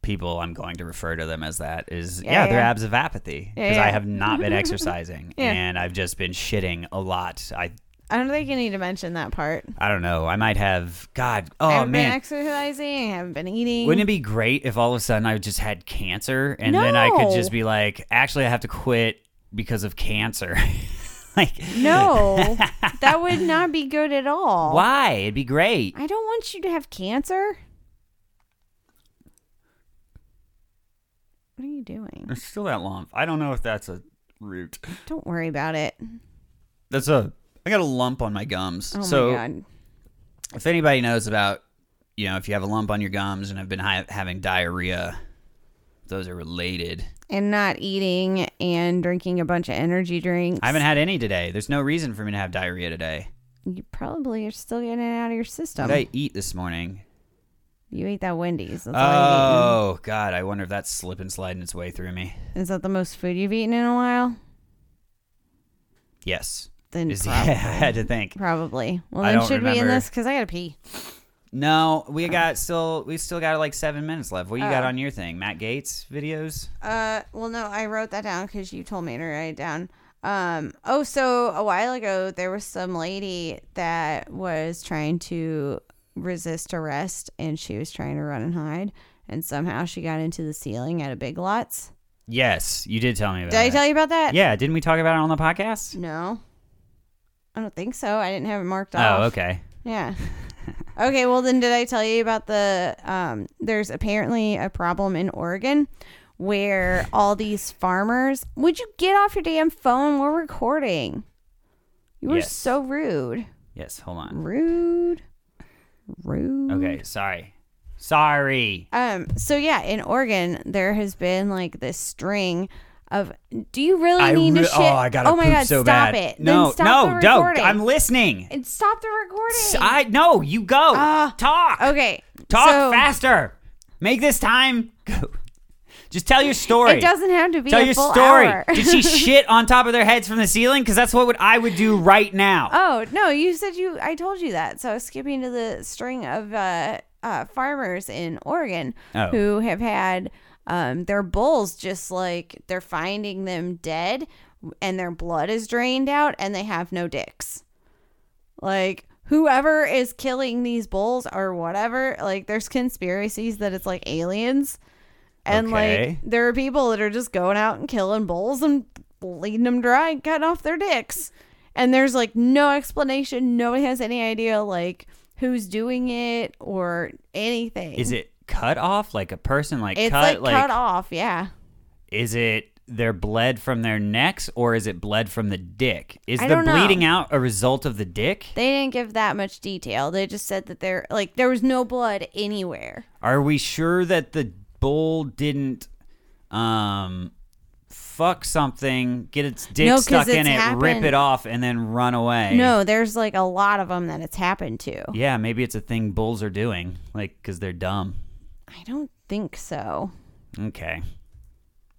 Speaker 1: people, I'm going to refer to them as that. Is yeah,
Speaker 2: Yeah,
Speaker 1: they're
Speaker 2: yeah.
Speaker 1: abs of apathy
Speaker 2: Yeah,
Speaker 1: because I
Speaker 2: yeah.
Speaker 1: have not been exercising
Speaker 2: Yeah.
Speaker 1: and I've just been shitting a lot. I
Speaker 2: I don't think you need to mention that part.
Speaker 1: I don't know. I might have God. Oh
Speaker 2: I haven't
Speaker 1: man,
Speaker 2: been exercising. I haven't been eating.
Speaker 1: Wouldn't it be great if all of a sudden I just had cancer and then I could
Speaker 2: No.
Speaker 1: just be like, actually, I have to quit because of cancer? like,
Speaker 2: no, that would not be good at all.
Speaker 1: why? It'd be great.
Speaker 2: I don't want you to have cancer. What are you doing?
Speaker 1: It's still that lump. I don't know if that's a root.
Speaker 2: Don't worry about it.
Speaker 1: That's a. I got a lump on my gums.
Speaker 2: Oh
Speaker 1: so
Speaker 2: my god.
Speaker 1: if anybody knows about, you know, if you have a lump on your gums and have been hi- having diarrhea, those are related.
Speaker 2: And not eating and drinking a bunch of energy drinks.
Speaker 1: I haven't had any today. There's no reason for me to have diarrhea today.
Speaker 2: you probably are still getting it out of your
Speaker 1: What
Speaker 2: system.
Speaker 1: did I eat this morning?
Speaker 2: You ate that Wendy's. That's all you've
Speaker 1: Oh God! I wonder if that's slipping, sliding its way through me.
Speaker 2: eaten. Is that the most food you've eaten in a while?
Speaker 1: Yes.
Speaker 2: Then
Speaker 1: Is,
Speaker 2: prob-
Speaker 1: I had to think.
Speaker 2: probably. Well,
Speaker 1: I
Speaker 2: then
Speaker 1: don't
Speaker 2: should we end
Speaker 1: remember.
Speaker 2: this? Because I gotta pee.
Speaker 1: No, we got still. We still got like seven minutes left. What you got
Speaker 2: Oh.
Speaker 1: on your thing? Matt Gates videos.
Speaker 2: Uh, well, no, I wrote that down because you told me to write it down. Um, oh, so a while ago there was some lady that was trying to resist arrest, and she was trying to run and hide, and somehow she got into the ceiling at a Big Lots.
Speaker 1: Yes, you did tell me about.
Speaker 2: Did I tell you about that?
Speaker 1: Yeah, didn't we talk about it on the podcast?
Speaker 2: No, I don't think so. I didn't have it marked off.
Speaker 1: Oh, okay.
Speaker 2: Yeah. okay, well then did I tell you about the um there's apparently a problem in Oregon where all these farmers would you get off your damn phone? We're recording. You were
Speaker 1: Yes.
Speaker 2: so rude.
Speaker 1: Yes, hold on.
Speaker 2: Rude. Rude.
Speaker 1: Okay, sorry, sorry.
Speaker 2: Um so yeah, in Oregon there has been like this string of do you really need
Speaker 1: re-
Speaker 2: to shit?
Speaker 1: oh, I gotta
Speaker 2: my
Speaker 1: poop
Speaker 2: god,
Speaker 1: so
Speaker 2: stop
Speaker 1: bad.
Speaker 2: it.
Speaker 1: No,
Speaker 2: then stop
Speaker 1: no,
Speaker 2: the
Speaker 1: no.
Speaker 2: recording.
Speaker 1: I'm listening.
Speaker 2: and stop the recording.
Speaker 1: S- I no, you go.
Speaker 2: Ah,
Speaker 1: talk.
Speaker 2: okay.
Speaker 1: Talk
Speaker 2: so-
Speaker 1: faster. Make this time go. Just tell your story.
Speaker 2: It doesn't have to be
Speaker 1: Tell
Speaker 2: a
Speaker 1: your
Speaker 2: full
Speaker 1: story.
Speaker 2: hour.
Speaker 1: Did she shit on top of their heads from the ceiling? Because that's what would I would do right now.
Speaker 2: Oh no, you said you. I told you that. So I was skipping to the string of uh, uh, farmers in Oregon
Speaker 1: Oh.
Speaker 2: who have had um, their bulls just like they're finding them dead, and their blood is drained out, and they have no dicks. Like whoever is killing these bulls or whatever, like there's conspiracies that it's like aliens, and
Speaker 1: Okay.
Speaker 2: like there are people that are just going out and killing bulls and bleeding them dry and cutting off their dicks and there's like no explanation nobody has any idea like who's doing it or anything
Speaker 1: Is it cut off like a person? Like
Speaker 2: it's
Speaker 1: cut?
Speaker 2: like, cut off yeah
Speaker 1: is it their bled from their necks or is it bled from the dick? Is
Speaker 2: I
Speaker 1: the
Speaker 2: don't know.
Speaker 1: bleeding out a result of the dick?
Speaker 2: they didn't give that much detail they just said that there like there was no blood anywhere
Speaker 1: Are we sure that the bull didn't um fuck something, get its dick
Speaker 2: No, 'cause
Speaker 1: stuck in
Speaker 2: it's
Speaker 1: it, rip
Speaker 2: happened-
Speaker 1: it off, and then run away?
Speaker 2: no there's like a lot of them that it's happened to
Speaker 1: Yeah, maybe it's a thing bulls are doing, like because they're dumb.
Speaker 2: i don't think so
Speaker 1: Okay.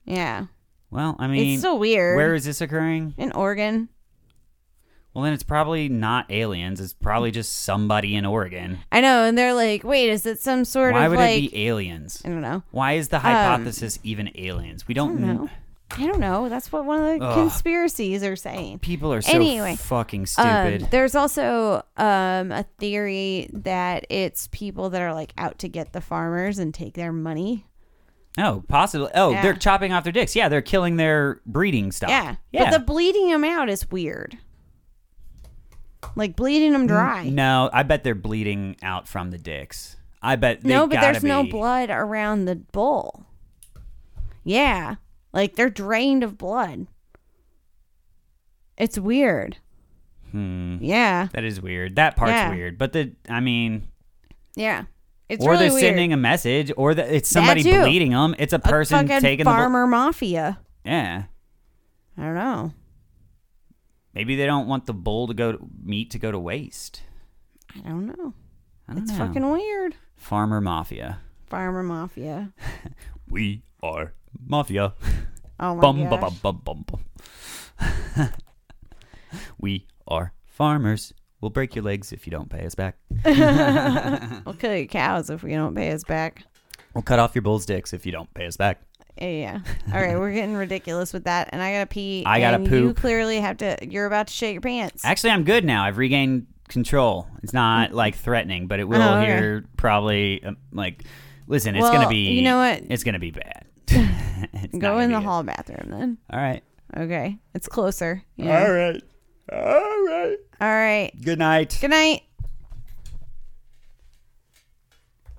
Speaker 2: yeah
Speaker 1: Well, I mean,
Speaker 2: it's so weird
Speaker 1: where is this occurring?
Speaker 2: in oregon
Speaker 1: Well, then it's probably not aliens. It's probably just somebody in Oregon.
Speaker 2: i know and they're like wait is it some sort
Speaker 1: Why
Speaker 2: of
Speaker 1: would
Speaker 2: like
Speaker 1: it be aliens?
Speaker 2: i don't know
Speaker 1: Why is the hypothesis even aliens? We don't,
Speaker 2: don't
Speaker 1: kn-
Speaker 2: know. Um, i don't know that's what one of the
Speaker 1: Mm. Ugh.
Speaker 2: conspiracies are saying
Speaker 1: People are so
Speaker 2: Anyway,
Speaker 1: fucking
Speaker 2: Um,
Speaker 1: stupid.
Speaker 2: there's also um, a theory that it's people that are like out to get the farmers and take their money.
Speaker 1: oh, possibly. Oh,
Speaker 2: Yeah.
Speaker 1: they're chopping off their dicks. Yeah, they're killing their breeding stock.
Speaker 2: Yeah.
Speaker 1: yeah.
Speaker 2: But the bleeding them out is weird. Like bleeding them dry.
Speaker 1: no, I bet they're bleeding out from the dicks. I bet. They
Speaker 2: no, but
Speaker 1: gotta
Speaker 2: there's no
Speaker 1: be-
Speaker 2: blood around the bull. Yeah. Like they're drained of blood. It's weird.
Speaker 1: Hmm.
Speaker 2: Yeah.
Speaker 1: That is weird. That part's
Speaker 2: Yeah.
Speaker 1: weird. But the, I mean,
Speaker 2: Yeah. It's
Speaker 1: or
Speaker 2: really
Speaker 1: they're
Speaker 2: weird.
Speaker 1: sending a message, or the, it's somebody
Speaker 2: too.
Speaker 1: bleeding them. It's a
Speaker 2: a
Speaker 1: person
Speaker 2: fucking
Speaker 1: taking
Speaker 2: farmer mafia.
Speaker 1: the. Bull- yeah.
Speaker 2: I don't know.
Speaker 1: Maybe they don't want the bull to go to, meat to go to waste.
Speaker 2: I don't know.
Speaker 1: I don't
Speaker 2: It's
Speaker 1: know.
Speaker 2: fucking weird.
Speaker 1: farmer mafia.
Speaker 2: Farmer Mafia.
Speaker 1: We are mafia.
Speaker 2: Oh my
Speaker 1: Bum bum
Speaker 2: gosh.
Speaker 1: bum bum bum bum. we are farmers. We'll break your legs if you don't pay us back.
Speaker 2: We'll kill your cows if we don't pay us back.
Speaker 1: We'll cut off your bull's dicks if you don't pay us back.
Speaker 2: Yeah. All right, we're getting ridiculous with that, and I gotta pee.
Speaker 1: I gotta
Speaker 2: and You
Speaker 1: poop.
Speaker 2: clearly have to. You're about to shit your pants.
Speaker 1: Actually, I'm good now. I've regained control. It's not like threatening, but it will
Speaker 2: Mm. Oh, okay.
Speaker 1: here probably um, like listen, it's
Speaker 2: Well,
Speaker 1: going to be
Speaker 2: you know what?
Speaker 1: It's going to be bad. It's not
Speaker 2: Go
Speaker 1: gonna
Speaker 2: in
Speaker 1: be
Speaker 2: the
Speaker 1: good.
Speaker 2: hall bathroom then.
Speaker 1: All right.
Speaker 2: Okay, it's closer. Yeah.
Speaker 1: right. All right.
Speaker 2: All right.
Speaker 1: Good night.
Speaker 2: Good night.